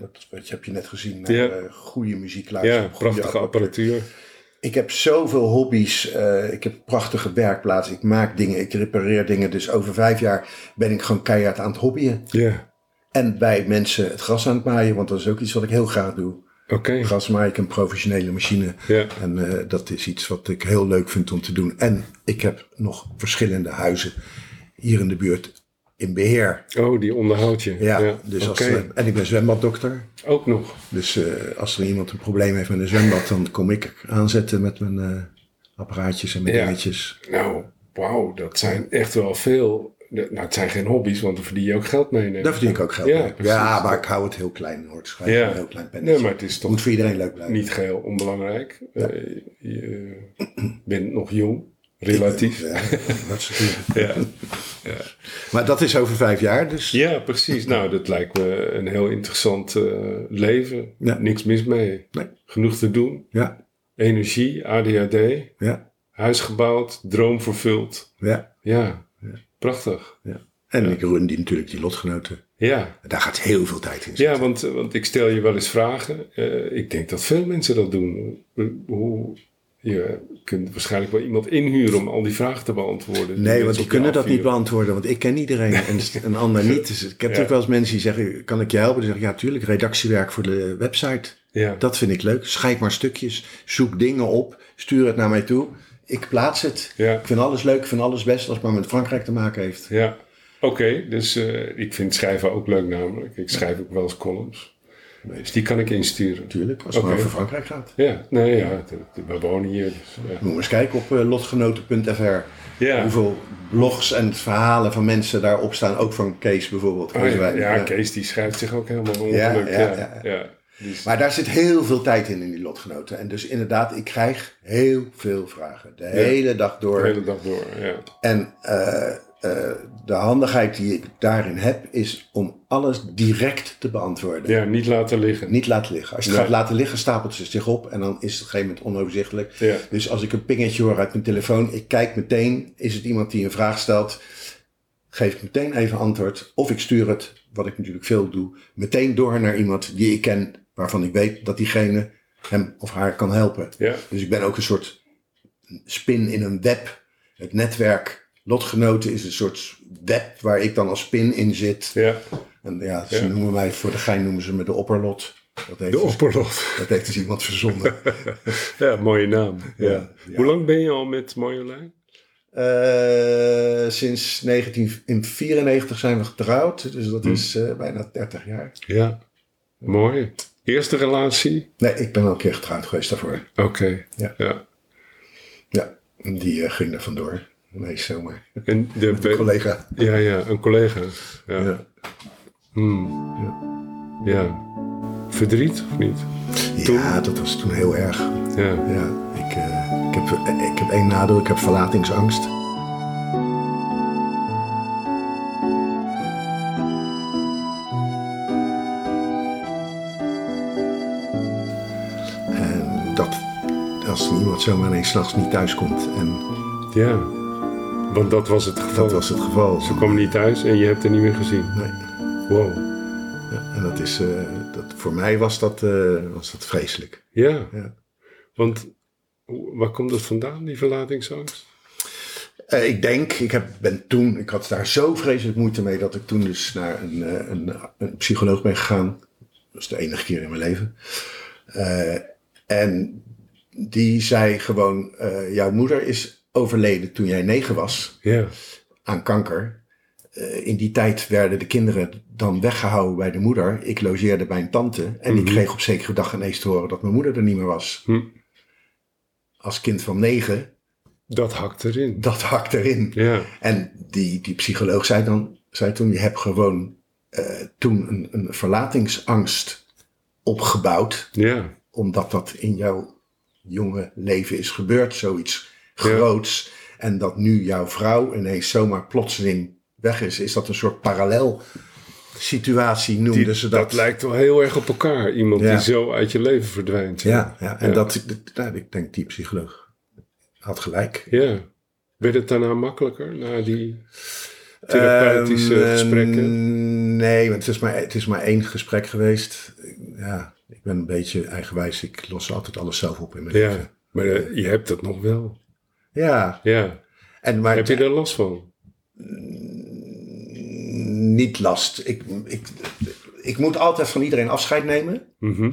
[SPEAKER 1] dat, dat heb je net gezien, naar
[SPEAKER 2] Ja.
[SPEAKER 1] eh, goede muziek luister.
[SPEAKER 2] Ja,
[SPEAKER 1] goede
[SPEAKER 2] prachtige apparatuur.
[SPEAKER 1] Ik heb zoveel hobby's. eh, ik heb een prachtige werkplaats. Ik maak dingen. Ik repareer dingen. Dus over vijf jaar ben ik gewoon keihard aan het hobbyen.
[SPEAKER 2] Ja,
[SPEAKER 1] En bij mensen het gras aan het maaien. Want dat is ook iets wat ik heel graag doe.
[SPEAKER 2] oké.
[SPEAKER 1] Gras maaien, ik heb een professionele machine.
[SPEAKER 2] Ja.
[SPEAKER 1] En eh, dat is iets wat ik heel leuk vind om te doen. En ik heb nog verschillende huizen hier in de buurt in beheer.
[SPEAKER 2] Oh, die onderhoud je.
[SPEAKER 1] Ja, dus als
[SPEAKER 2] oké.
[SPEAKER 1] er- en ik ben zwembaddokter.
[SPEAKER 2] Ook nog.
[SPEAKER 1] Dus eh, als er iemand een probleem heeft met een zwembad, dan kom ik aanzetten met mijn eh, apparaatjes en mijn
[SPEAKER 2] Ja.
[SPEAKER 1] dingetjes.
[SPEAKER 2] Nou, wauw, dat zijn echt wel veel. Nou, het zijn geen hobby's, want daar verdien je ook geld mee. neem
[SPEAKER 1] Daar
[SPEAKER 2] ik
[SPEAKER 1] verdien ik
[SPEAKER 2] aan.
[SPEAKER 1] ook geld
[SPEAKER 2] Ja,
[SPEAKER 1] mee.
[SPEAKER 2] precies.
[SPEAKER 1] Ja, maar ik hou het heel klein, hoor. Het schrijf
[SPEAKER 2] Ja.
[SPEAKER 1] een heel klein pennetje.
[SPEAKER 2] Nee, maar het is
[SPEAKER 1] Het
[SPEAKER 2] toch
[SPEAKER 1] moet voor iedereen leuk blijven.
[SPEAKER 2] niet geheel onbelangrijk. Eh, je bent nog jong, relatief.
[SPEAKER 1] Ja, dat soort dingen.
[SPEAKER 2] Ja.
[SPEAKER 1] maar dat is over vijf jaar, dus
[SPEAKER 2] ja, precies. Nou, dat lijkt me een heel interessant eh, leven.
[SPEAKER 1] Ja.
[SPEAKER 2] Niks mis mee.
[SPEAKER 1] Nee.
[SPEAKER 2] Genoeg te doen.
[SPEAKER 1] ja,
[SPEAKER 2] Energie, ADHD,
[SPEAKER 1] ja,
[SPEAKER 2] huis gebouwd, droom vervuld.
[SPEAKER 1] ja.
[SPEAKER 2] Ja, prachtig.
[SPEAKER 1] En ik run die natuurlijk die lotgenoten.
[SPEAKER 2] Ja,
[SPEAKER 1] Daar gaat heel veel tijd in
[SPEAKER 2] ja want, want ik stel je wel eens vragen. Eh, ik denk dat veel mensen dat doen. Hoe, je kunt waarschijnlijk wel iemand inhuren om al die vragen te beantwoorden. die
[SPEAKER 1] Nee,
[SPEAKER 2] mensen
[SPEAKER 1] want die
[SPEAKER 2] op je
[SPEAKER 1] kunnen dat niet
[SPEAKER 2] afvuren.
[SPEAKER 1] beantwoorden, want ik ken iedereen en een ander niet. Dus ik heb natuurlijk wel eens mensen die zeggen, kan ik je helpen? Dan zeg ik, ja, tuurlijk, redactiewerk voor de website.
[SPEAKER 2] Ja.
[SPEAKER 1] Dat vind ik leuk. Schrijf maar stukjes, zoek dingen op, stuur het naar mij toe. Ik plaats het.
[SPEAKER 2] Ja.
[SPEAKER 1] Ik vind alles leuk, ik vind alles best als het maar met Frankrijk te maken heeft.
[SPEAKER 2] Ja, oké. dus eh, ik vind schrijven ook leuk namelijk. Ik schrijf ook wel eens columns. Dus die kan ik insturen.
[SPEAKER 1] Natuurlijk, als het
[SPEAKER 2] Oké.
[SPEAKER 1] maar over Frankrijk gaat.
[SPEAKER 2] Ja, nee, ja, d- d- we wonen hier. dus, ja.
[SPEAKER 1] Moet maar eens kijken op eh, lotgenoten.fr.
[SPEAKER 2] Ja.
[SPEAKER 1] Hoeveel blogs en verhalen van mensen daarop staan. Ook van Kees bijvoorbeeld.
[SPEAKER 2] Oh, ja,
[SPEAKER 1] Kozewijn.
[SPEAKER 2] ja,
[SPEAKER 1] Ja.
[SPEAKER 2] Kees die schrijft zich ook helemaal ongeluk.
[SPEAKER 1] Ja,
[SPEAKER 2] Ja,
[SPEAKER 1] ja,
[SPEAKER 2] ja,
[SPEAKER 1] ja,
[SPEAKER 2] Dus-
[SPEAKER 1] Maar daar zit heel veel tijd in, in die lotgenoten. En dus inderdaad, ik krijg heel veel vragen. De hele dag door.
[SPEAKER 2] de hele dag door. Ja.
[SPEAKER 1] En eh, eh, de handigheid die ik daarin heb, is om alles direct te beantwoorden.
[SPEAKER 2] ja, niet laten liggen.
[SPEAKER 1] Niet laten liggen. Als je het
[SPEAKER 2] Nee.
[SPEAKER 1] gaat laten liggen, stapelt ze zich op en dan is het op een gegeven moment onoverzichtelijk.
[SPEAKER 2] Ja.
[SPEAKER 1] Dus als ik een pingetje hoor uit mijn telefoon, ik kijk meteen, is het iemand die een vraag stelt? Geef ik meteen even antwoord. Of ik stuur het, wat ik natuurlijk veel doe, meteen door naar iemand die ik ken, waarvan ik weet dat diegene hem of haar kan helpen.
[SPEAKER 2] Ja,
[SPEAKER 1] Dus ik ben ook een soort spin in een web. Het netwerk lotgenoten is een soort web waar ik dan als spin in zit.
[SPEAKER 2] ja.
[SPEAKER 1] En ja, ze
[SPEAKER 2] Ja.
[SPEAKER 1] noemen mij voor de gein noemen ze me de opperlot. Dat heeft,
[SPEAKER 2] De
[SPEAKER 1] dus,
[SPEAKER 2] opperlot.
[SPEAKER 1] dat heeft dus iemand verzonnen.
[SPEAKER 2] Ja, mooie naam. Ja.
[SPEAKER 1] Ja, ja.
[SPEAKER 2] Hoe lang ben je al met Marjolein?
[SPEAKER 1] Eh, sinds 1994 zijn we getrouwd, dus dat is eh, bijna 30 jaar.
[SPEAKER 2] Ja. Mooi. Eerste relatie?
[SPEAKER 1] Nee, ik ben al een keer getrouwd geweest daarvoor.
[SPEAKER 2] Oké.
[SPEAKER 1] Ja.
[SPEAKER 2] ja.
[SPEAKER 1] Ja, en die eh, ging er vandoor. Nee, zomaar.
[SPEAKER 2] En de,
[SPEAKER 1] Een collega.
[SPEAKER 2] Ja, ja, een collega. Ja.
[SPEAKER 1] Ja.
[SPEAKER 2] Hmm.
[SPEAKER 1] Ja.
[SPEAKER 2] ja. Verdriet of niet?
[SPEAKER 1] ja, dat was toen heel erg.
[SPEAKER 2] Ja.
[SPEAKER 1] Ja, ik, eh, ik, heb, eh, ik heb één nadeel, ik heb verlatingsangst. En dat als iemand zomaar ineens s'nachts niet thuis komt. En
[SPEAKER 2] Ja. Want dat was het geval.
[SPEAKER 1] dat was het geval.
[SPEAKER 2] Oh. Ze kwam niet thuis en je hebt haar niet meer gezien.
[SPEAKER 1] Nee.
[SPEAKER 2] Wow.
[SPEAKER 1] Ja, en dat is, eh, dat, voor mij was dat, eh, was dat vreselijk.
[SPEAKER 2] Ja.
[SPEAKER 1] Ja.
[SPEAKER 2] Want hoe- waar komt dat vandaan, die verlatingsangst?
[SPEAKER 1] Eh, ik denk, ik heb, ben toen, ik had daar zo vreselijk moeite mee dat ik toen dus naar een, eh, een, een psycholoog ben gegaan. Dat is de enige keer in mijn leven. Eh, en die zei gewoon, eh, jouw moeder is overleden toen jij negen was
[SPEAKER 2] Ja.
[SPEAKER 1] aan kanker. Eh, in die tijd werden de kinderen dan weggehouden bij de moeder. Ik logeerde bij een tante en ik kreeg op zekere dag ineens te horen dat mijn moeder er niet meer was.
[SPEAKER 2] Hm.
[SPEAKER 1] Als kind van negen,
[SPEAKER 2] Dat hakt erin.
[SPEAKER 1] dat hakt erin.
[SPEAKER 2] Ja.
[SPEAKER 1] En die, die psycholoog zei, dan, zei toen, je hebt gewoon eh, toen een, een verlatingsangst opgebouwd,
[SPEAKER 2] Ja.
[SPEAKER 1] omdat dat in jouw jonge leven is gebeurd, zoiets groots. En dat nu jouw vrouw ineens zomaar plotseling weg is. Is dat een soort parallel situatie, noemden
[SPEAKER 2] Die-
[SPEAKER 1] ze
[SPEAKER 2] dat,
[SPEAKER 1] dat.
[SPEAKER 2] lijkt wel heel erg op elkaar. Iemand
[SPEAKER 1] Ja.
[SPEAKER 2] die zo uit je leven verdwijnt.
[SPEAKER 1] Ja, ja, en
[SPEAKER 2] Ja.
[SPEAKER 1] Dat, dat- nou, ik denk die psycholoog had gelijk.
[SPEAKER 2] Ja. Werd het daarna makkelijker, na die therapeutische
[SPEAKER 1] Ehm,
[SPEAKER 2] gesprekken?
[SPEAKER 1] Nee, want het is, maar, het is maar één gesprek geweest. Ja, ik ben een beetje eigenwijs. Ik los altijd alles zelf op in mijn leven.
[SPEAKER 2] Ja. Maar eh, je hebt dat nog wel.
[SPEAKER 1] Ja,
[SPEAKER 2] Ja.
[SPEAKER 1] en maar
[SPEAKER 2] Heb je daar last van?
[SPEAKER 1] niet last. Ik, ik, ik moet altijd van iedereen afscheid nemen.
[SPEAKER 2] Mhm.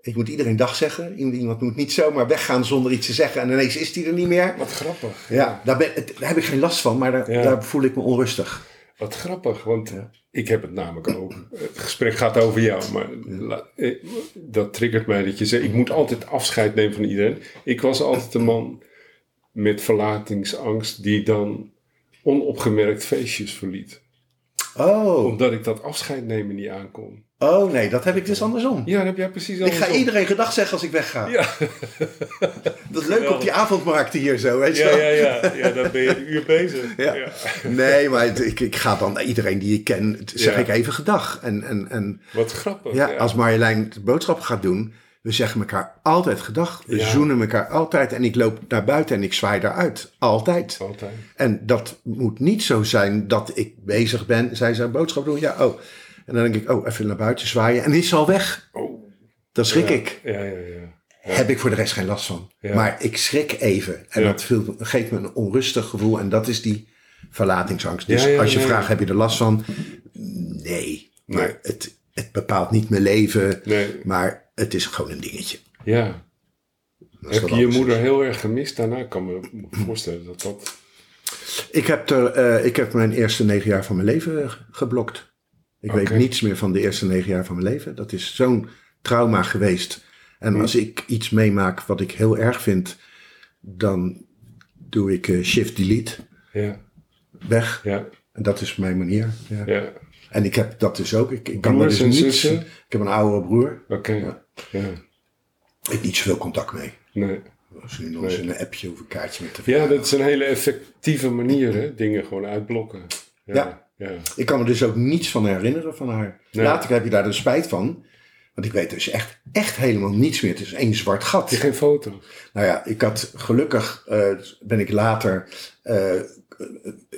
[SPEAKER 1] Ik moet iedereen dag zeggen. Iemand, iemand moet niet zomaar weggaan zonder iets te zeggen. En ineens is die er niet meer.
[SPEAKER 2] Wat grappig.
[SPEAKER 1] Ja, daar, ben, het- daar heb ik geen last van, maar daar,
[SPEAKER 2] Ja.
[SPEAKER 1] daar voel ik me onrustig.
[SPEAKER 2] Wat grappig, want eh,
[SPEAKER 1] Ja.
[SPEAKER 2] ik heb het namelijk ook. eh, Het gesprek gaat over jou, maar la- eh, dat triggert mij dat je zegt: ik moet altijd afscheid nemen van iedereen. Ik was altijd een man met verlatingsangst die dan onopgemerkt feestjes verliet.
[SPEAKER 1] Oh,
[SPEAKER 2] Omdat ik dat afscheid nemen niet aankon.
[SPEAKER 1] oh nee, dat heb ik dus andersom.
[SPEAKER 2] Ja, dat heb jij precies
[SPEAKER 1] Ik ga
[SPEAKER 2] andersom.
[SPEAKER 1] iedereen gedag zeggen als ik wegga.
[SPEAKER 2] Ja.
[SPEAKER 1] Dat is leuk op die avondmarkten hier zo, weet je
[SPEAKER 2] Ja,
[SPEAKER 1] wel.
[SPEAKER 2] ja, ja, ja, dan ben je een uur bezig.
[SPEAKER 1] Ja. Nee, maar het- ik, ik ga dan naar iedereen die ik ken, het- zeg
[SPEAKER 2] Ja.
[SPEAKER 1] ik even gedag. En, en, en
[SPEAKER 2] Wat grappig.
[SPEAKER 1] ja, als Marjolein de boodschap gaat doen, we zeggen elkaar altijd gedag. We
[SPEAKER 2] Ja.
[SPEAKER 1] zoenen elkaar altijd en ik loop naar buiten en ik zwaai daaruit. Altijd.
[SPEAKER 2] Altijd.
[SPEAKER 1] En dat moet niet zo zijn dat ik bezig ben. Zij zou een boodschap doen, ja, oh. En dan denk ik, oh, even naar buiten zwaaien. En is ze al weg.
[SPEAKER 2] Oh.
[SPEAKER 1] Dan schrik
[SPEAKER 2] Ja.
[SPEAKER 1] ik.
[SPEAKER 2] Ja, ja, ja.
[SPEAKER 1] heb ik voor de rest geen last van.
[SPEAKER 2] Ja.
[SPEAKER 1] Maar ik schrik even. En
[SPEAKER 2] Ja.
[SPEAKER 1] dat veel- geeft me een onrustig gevoel. En dat is die verlatingsangst. Dus
[SPEAKER 2] Ja, ja,
[SPEAKER 1] als je
[SPEAKER 2] nee.
[SPEAKER 1] vraagt, heb je er last van? Nee. Maar
[SPEAKER 2] Nee.
[SPEAKER 1] Het, het bepaalt niet mijn leven.
[SPEAKER 2] Nee,
[SPEAKER 1] Maar het is gewoon een dingetje.
[SPEAKER 2] ja.
[SPEAKER 1] Dat is
[SPEAKER 2] Heb
[SPEAKER 1] wat
[SPEAKER 2] je je
[SPEAKER 1] anders.
[SPEAKER 2] moeder heel erg gemist daarna? Ik kan me voorstellen dat dat...
[SPEAKER 1] Ik heb, er, eh, ik heb mijn eerste negen jaar van mijn leven geblokt. Ik
[SPEAKER 2] Oké.
[SPEAKER 1] weet niets meer van de eerste negen jaar van mijn leven. Dat is zo'n trauma geweest. En
[SPEAKER 2] Hm.
[SPEAKER 1] als ik iets meemaak wat ik heel erg vind, dan doe ik eh, shift-delete
[SPEAKER 2] Ja,
[SPEAKER 1] weg.
[SPEAKER 2] ja,
[SPEAKER 1] En dat is mijn manier. Ja.
[SPEAKER 2] ja.
[SPEAKER 1] En ik heb dat dus ook. Ik, ik kan daar
[SPEAKER 2] Broers
[SPEAKER 1] dus
[SPEAKER 2] en
[SPEAKER 1] niets.
[SPEAKER 2] zussen?
[SPEAKER 1] Ik heb een oudere broer.
[SPEAKER 2] Oké.
[SPEAKER 1] Ja.
[SPEAKER 2] Ja.
[SPEAKER 1] Ik heb niet zoveel contact mee.
[SPEAKER 2] Nee.
[SPEAKER 1] Als nu nog eens een appje of een kaartje met te
[SPEAKER 2] ja,
[SPEAKER 1] vragen.
[SPEAKER 2] dat is een hele effectieve manier, hè? Dingen gewoon uitblokken.
[SPEAKER 1] Ja.
[SPEAKER 2] ja.
[SPEAKER 1] Ik kan me dus ook niets van herinneren van haar.
[SPEAKER 2] Nee.
[SPEAKER 1] Later heb je daar dus spijt van. Want ik weet dus echt, echt helemaal niets meer. Het is één zwart gat.
[SPEAKER 2] Heb je geen foto?
[SPEAKER 1] Nou ja, ik had gelukkig, eh, ben ik later eh,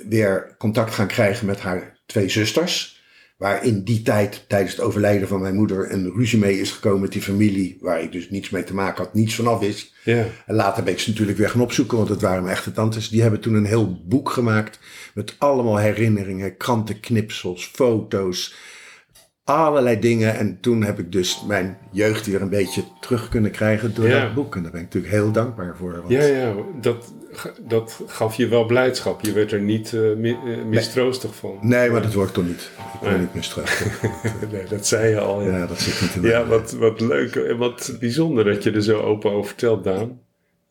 [SPEAKER 1] weer contact gaan krijgen met haar twee zusters. Waar in die tijd, tijdens het overlijden van mijn moeder, een ruzie mee is gekomen met die familie. Waar ik dus niets mee te maken had, niets vanaf wist.
[SPEAKER 2] Ja.
[SPEAKER 1] En later ben ik ze natuurlijk weer gaan opzoeken, want het waren mijn echte tantes. Die hebben toen een heel boek gemaakt met allemaal herinneringen, krantenknipsels, foto's, allerlei dingen. En toen heb ik dus mijn jeugd weer een beetje terug kunnen krijgen door
[SPEAKER 2] Ja.
[SPEAKER 1] dat boek. En daar ben ik natuurlijk heel dankbaar voor. Want
[SPEAKER 2] Ja, ja. Dat, dat gaf je wel blijdschap. Je werd er niet eh, mi- eh, mistroostig van.
[SPEAKER 1] Nee, maar dat hoor ik toch niet. Ik wil niet meer terug.
[SPEAKER 2] Nee, dat zei je al. Ja,
[SPEAKER 1] Ja, dat zit niet in mij.
[SPEAKER 2] ja wat, wat leuk en wat bijzonder dat je er zo open over vertelt, Daan.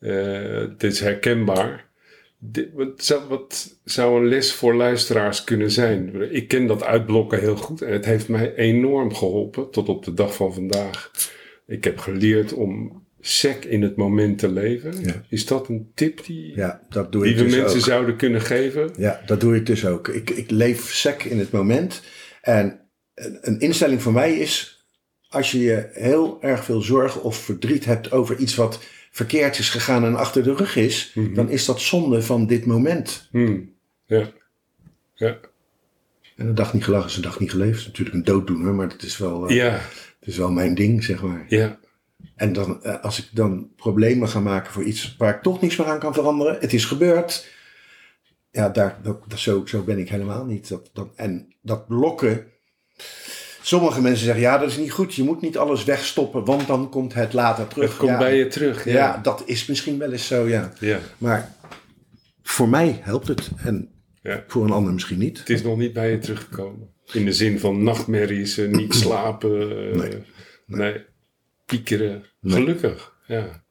[SPEAKER 2] Eh, het is herkenbaar. Dit, wat, zou, wat zou een les voor luisteraars kunnen zijn? Ik ken dat uitblokken heel goed en het heeft mij enorm geholpen tot op de dag van vandaag. Ik heb geleerd om sec in het moment te leven.
[SPEAKER 1] Ja.
[SPEAKER 2] Is dat een tip die,
[SPEAKER 1] Ja, dat doe
[SPEAKER 2] die
[SPEAKER 1] ik
[SPEAKER 2] we
[SPEAKER 1] dus
[SPEAKER 2] mensen
[SPEAKER 1] ook.
[SPEAKER 2] zouden kunnen geven?
[SPEAKER 1] Ja, dat doe ik dus ook. Ik, ik leef sec in het moment. En een een instelling voor mij is, als je je heel erg veel zorg of verdriet hebt over iets wat verkeerd is gegaan en achter de rug is, dan is dat zonde van dit moment.
[SPEAKER 2] Hmm. Ja. Ja.
[SPEAKER 1] En een dag niet gelachen is een dag niet geleefd. Natuurlijk een dooddoener, maar dat is wel, eh,
[SPEAKER 2] Ja.
[SPEAKER 1] het is wel mijn ding, zeg maar.
[SPEAKER 2] Ja.
[SPEAKER 1] En dan, eh, als ik dan problemen ga maken voor iets waar ik toch niks meer aan kan veranderen, het is gebeurd. Ja, daar, dat, dat- zo, zo ben ik helemaal niet. Dat, dat, en dat blokken. Sommige mensen zeggen, ja, dat is niet goed. Je moet niet alles wegstoppen, want dan komt het later terug.
[SPEAKER 2] Het komt
[SPEAKER 1] ja,
[SPEAKER 2] bij je terug.
[SPEAKER 1] Ja. dat is misschien wel eens zo, ja.
[SPEAKER 2] ja.
[SPEAKER 1] Maar voor mij helpt het. En
[SPEAKER 2] Ja.
[SPEAKER 1] voor een ander misschien niet.
[SPEAKER 2] Het is nog niet bij je teruggekomen. In de zin van nachtmerries, eh, niet slapen. eh,
[SPEAKER 1] Nee.
[SPEAKER 2] nee. Piekeren. Gelukkig. Ja.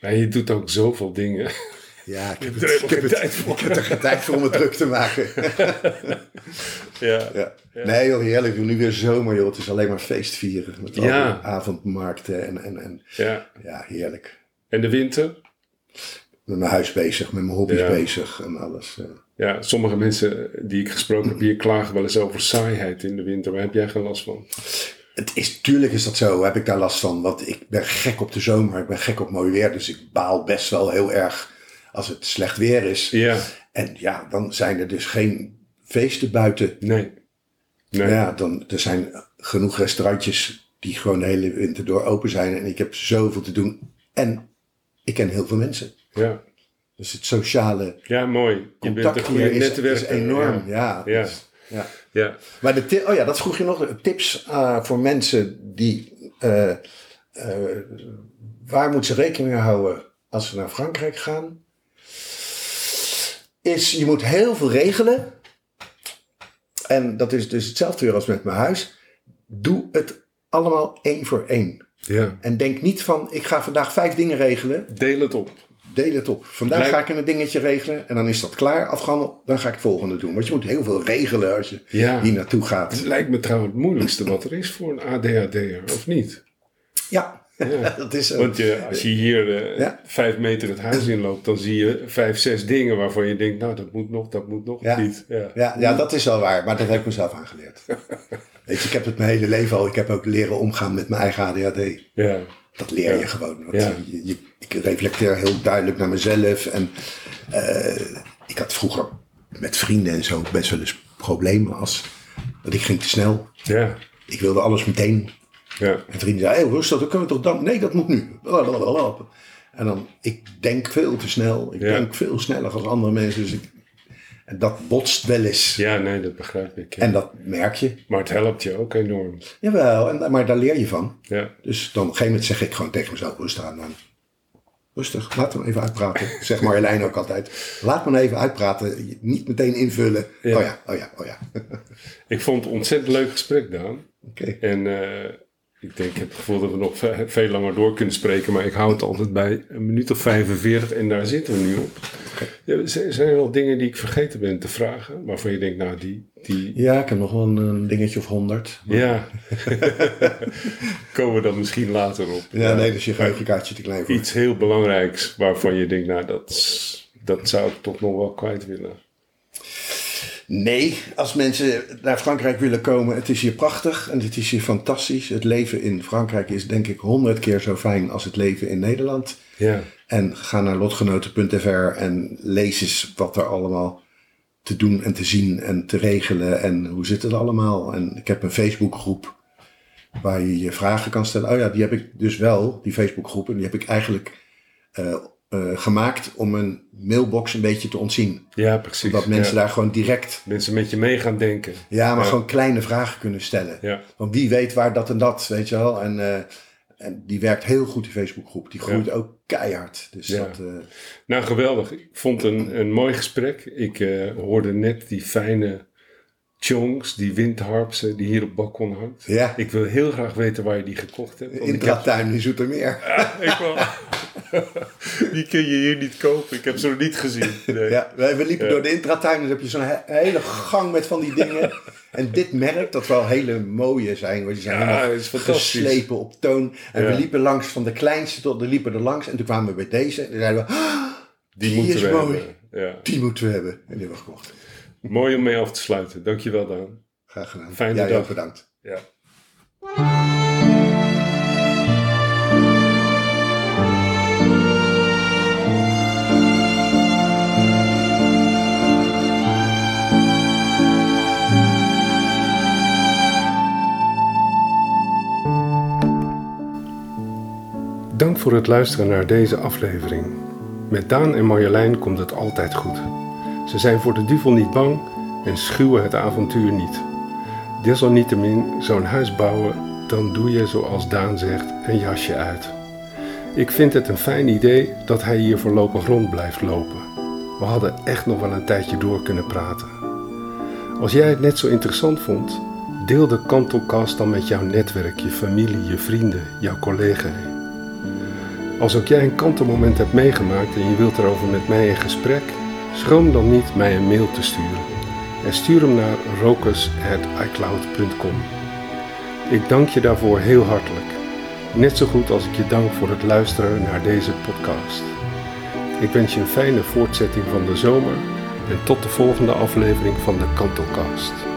[SPEAKER 2] Maar je doet ook zoveel dingen.
[SPEAKER 1] Ja, ik heb,
[SPEAKER 2] er helemaal geen
[SPEAKER 1] het-
[SPEAKER 2] tijd voor.
[SPEAKER 1] ik heb er geen tijd voor om het druk te maken.
[SPEAKER 2] ja.
[SPEAKER 1] Ja. Nee joh, heerlijk. Nu weer zomer joh. Het is alleen maar feest vieren. Met alle
[SPEAKER 2] Ja.
[SPEAKER 1] avondmarkten en, en, en
[SPEAKER 2] ja.
[SPEAKER 1] ja, heerlijk.
[SPEAKER 2] En de winter?
[SPEAKER 1] Met mijn huis bezig, met mijn hobby's
[SPEAKER 2] Ja.
[SPEAKER 1] bezig en alles. eh.
[SPEAKER 2] Ja, sommige mensen die ik gesproken heb hier klagen wel eens over saaiheid in de winter. Waar heb jij geen last van?
[SPEAKER 1] Het is, tuurlijk is dat zo, heb ik daar last van. Want ik ben gek op de zomer, ik ben gek op mooi weer. Dus ik baal best wel heel erg als het slecht weer is.
[SPEAKER 2] Ja.
[SPEAKER 1] En ja, dan zijn er dus geen feesten buiten.
[SPEAKER 2] Nee. Nee.
[SPEAKER 1] Ja, dan, er zijn genoeg restaurantjes die gewoon de hele winter door open zijn. En ik heb zoveel te doen. En ik ken heel veel mensen.
[SPEAKER 2] Ja.
[SPEAKER 1] Dus het sociale
[SPEAKER 2] ja, mooi. Je bent een
[SPEAKER 1] contact
[SPEAKER 2] goede
[SPEAKER 1] hier is,
[SPEAKER 2] netwerker.
[SPEAKER 1] is enorm. Ja.
[SPEAKER 2] Ja. Ja.
[SPEAKER 1] Dus, ja.
[SPEAKER 2] ja.
[SPEAKER 1] Maar de ti- oh ja, dat vroeg je nog. Tips eh, voor mensen die. eh, eh, waar moeten ze rekening mee houden als ze naar Frankrijk gaan? Is je moet heel veel regelen. En dat is dus hetzelfde weer als met mijn huis. Doe het allemaal één voor één.
[SPEAKER 2] ja.
[SPEAKER 1] En denk niet van, ik ga vandaag vijf dingen regelen
[SPEAKER 2] Deel het op.
[SPEAKER 1] deel het op. Vandaag
[SPEAKER 2] Blijf-
[SPEAKER 1] ga ik een dingetje regelen en dan is dat klaar, afgehandeld. Dan ga ik het volgende doen. Want je moet heel veel regelen als je
[SPEAKER 2] Ja.
[SPEAKER 1] hier naartoe gaat.
[SPEAKER 2] Het lijkt me trouwens het moeilijkste wat er is voor een ADHD'er, of niet?
[SPEAKER 1] Ja, dat is zo.
[SPEAKER 2] Want je, als je hier eh,
[SPEAKER 1] Eh, Ja.
[SPEAKER 2] vijf meter het huis inloopt, dan zie je vijf, zes dingen waarvan je denkt, nou dat moet nog, dat moet nog
[SPEAKER 1] Ja.
[SPEAKER 2] niet. Ja.
[SPEAKER 1] Ja, ja, dat is wel waar, maar dat heb ik mezelf aangeleerd. Weet je, ik heb het mijn hele leven al. Ik heb ook leren omgaan met mijn eigen ADHD.
[SPEAKER 2] Ja.
[SPEAKER 1] Dat leer je gewoon. Want
[SPEAKER 2] Ja.
[SPEAKER 1] je, je- ik reflecteer heel duidelijk naar mezelf. En eh, ik had vroeger met vrienden en zo best wel eens problemen. Als, want ik ging te snel.
[SPEAKER 2] Ja.
[SPEAKER 1] Ik wilde alles meteen.
[SPEAKER 2] Ja.
[SPEAKER 1] En vrienden zei, hey, rustig, dat kunnen we toch dan? Nee, dat moet nu. Blablabla. En dan, ik denk veel te snel. Ik
[SPEAKER 2] Ja.
[SPEAKER 1] denk veel sneller dan andere mensen. Dus ik, en dat botst wel eens.
[SPEAKER 2] Ja, nee, dat begrijp ik. ja.
[SPEAKER 1] En dat merk je.
[SPEAKER 2] Maar het helpt je ook enorm.
[SPEAKER 1] Jawel, en, maar daar leer je van.
[SPEAKER 2] Ja.
[SPEAKER 1] Dus dan op een gegeven moment zeg ik gewoon tegen mezelf, rustig aan. Dan Rustig, laat hem even uitpraten. Zeg Marjolein ook altijd. Laat me even uitpraten. Je- Niet meteen invullen.
[SPEAKER 2] Ja.
[SPEAKER 1] Oh ja, oh ja, oh ja. Oké.
[SPEAKER 2] Ik vond het een ontzettend leuk gesprek, Daan. En eh, ik denk, ik heb het gevoel dat we nog ve- veel langer door kunnen spreken. Maar ik hou het altijd bij een minuut of 45 en daar zitten we nu op. Ja, z- zijn er nog dingen die ik vergeten ben te vragen? Waarvan je denkt, nou, die... die
[SPEAKER 1] Ja, ik heb nog wel een, een dingetje of honderd.
[SPEAKER 2] ja. Komen we dan misschien later op.
[SPEAKER 1] Ja, nee, dus je gaat je kaartje te klein voor.
[SPEAKER 2] Iets heel belangrijks waarvan je denkt, nou, dat, is- dat zou ik toch nog wel kwijt willen.
[SPEAKER 1] Nee, als mensen naar Frankrijk willen komen, het is hier prachtig en het is hier fantastisch. Het leven in Frankrijk is denk ik honderd keer zo fijn als het leven in Nederland.
[SPEAKER 2] Ja.
[SPEAKER 1] En ga naar lotgenoten.fr en lees eens wat er allemaal te doen en te zien en te regelen. En hoe zit het allemaal? En ik heb een Facebookgroep waar je je vragen kan stellen. Oh ja, die heb ik dus wel, die Facebookgroep. En die heb ik eigenlijk eh, eh, gemaakt om een mailbox een beetje te ontzien.
[SPEAKER 2] Ja, precies.
[SPEAKER 1] Dat mensen
[SPEAKER 2] Ja.
[SPEAKER 1] daar gewoon direct
[SPEAKER 2] mensen met je mee gaan denken.
[SPEAKER 1] ja, maar
[SPEAKER 2] Ja.
[SPEAKER 1] gewoon kleine vragen kunnen stellen.
[SPEAKER 2] Ja.
[SPEAKER 1] Want wie weet waar dat en dat, weet je wel. En, eh, en die werkt heel goed, die Facebookgroep. Die groeit ook keihard. Dus
[SPEAKER 2] Ja.
[SPEAKER 1] dat, eh,
[SPEAKER 2] Nou, geweldig. Ik vond een, een mooi gesprek. Ik eh, hoorde net die fijne chongs, die windharpsen die hier op het balkon hangt.
[SPEAKER 1] ja.
[SPEAKER 2] Ik wil heel graag weten waar je die gekocht hebt. want ik heb-
[SPEAKER 1] Intratuin in Zoetermeer.
[SPEAKER 2] ik wil- die kun je hier niet kopen. Ik heb ze nog niet gezien. Nee.
[SPEAKER 1] Ja, wij- we liepen
[SPEAKER 2] Ja.
[SPEAKER 1] door de intratuin en dan heb je zo'n he- hele gang met van die dingen. en dit merk, dat wel hele mooie zijn, want die zijn
[SPEAKER 2] Ja,
[SPEAKER 1] helemaal
[SPEAKER 2] het is fantastisch.
[SPEAKER 1] geslepen op toon. En
[SPEAKER 2] Ja.
[SPEAKER 1] we liepen langs van de kleinste tot de liepen er langs. En toen kwamen we bij deze en toen zeiden we, "Ah,
[SPEAKER 2] die,
[SPEAKER 1] die
[SPEAKER 2] moeten
[SPEAKER 1] is
[SPEAKER 2] we
[SPEAKER 1] mooi.
[SPEAKER 2] hebben. Ja.
[SPEAKER 1] die moeten we hebben. En die hebben we gekocht.
[SPEAKER 2] Mooi om mee af te sluiten. Dankjewel, Daan.
[SPEAKER 1] Graag gedaan.
[SPEAKER 2] Fijne
[SPEAKER 1] Jij
[SPEAKER 2] dag.
[SPEAKER 1] ook bedankt.
[SPEAKER 2] Ja.
[SPEAKER 3] Dank voor het luisteren naar deze aflevering. Met Daan en Marjolein komt het altijd goed. Ze zijn voor de duivel niet bang en schuwen het avontuur niet. Desalniettemin, zo'n huis bouwen, dan doe je zoals Daan zegt, een jasje uit. Ik vind het een fijn idee dat hij hier voorlopig rond blijft lopen. We hadden echt nog wel een tijdje door kunnen praten. Als jij het net zo interessant vond, deel de Kantelkast dan met jouw netwerk, je familie, je vrienden, jouw collega's. Als ook jij een kantelmoment hebt meegemaakt en je wilt erover met mij in gesprek, schroom dan niet mij een mail te sturen. En stuur hem naar rokus.icloud.com. Ik dank je daarvoor heel hartelijk. Net zo goed als ik je dank voor het luisteren naar deze podcast. Ik wens je een fijne voortzetting van de zomer en tot de volgende aflevering van de Kantelcast.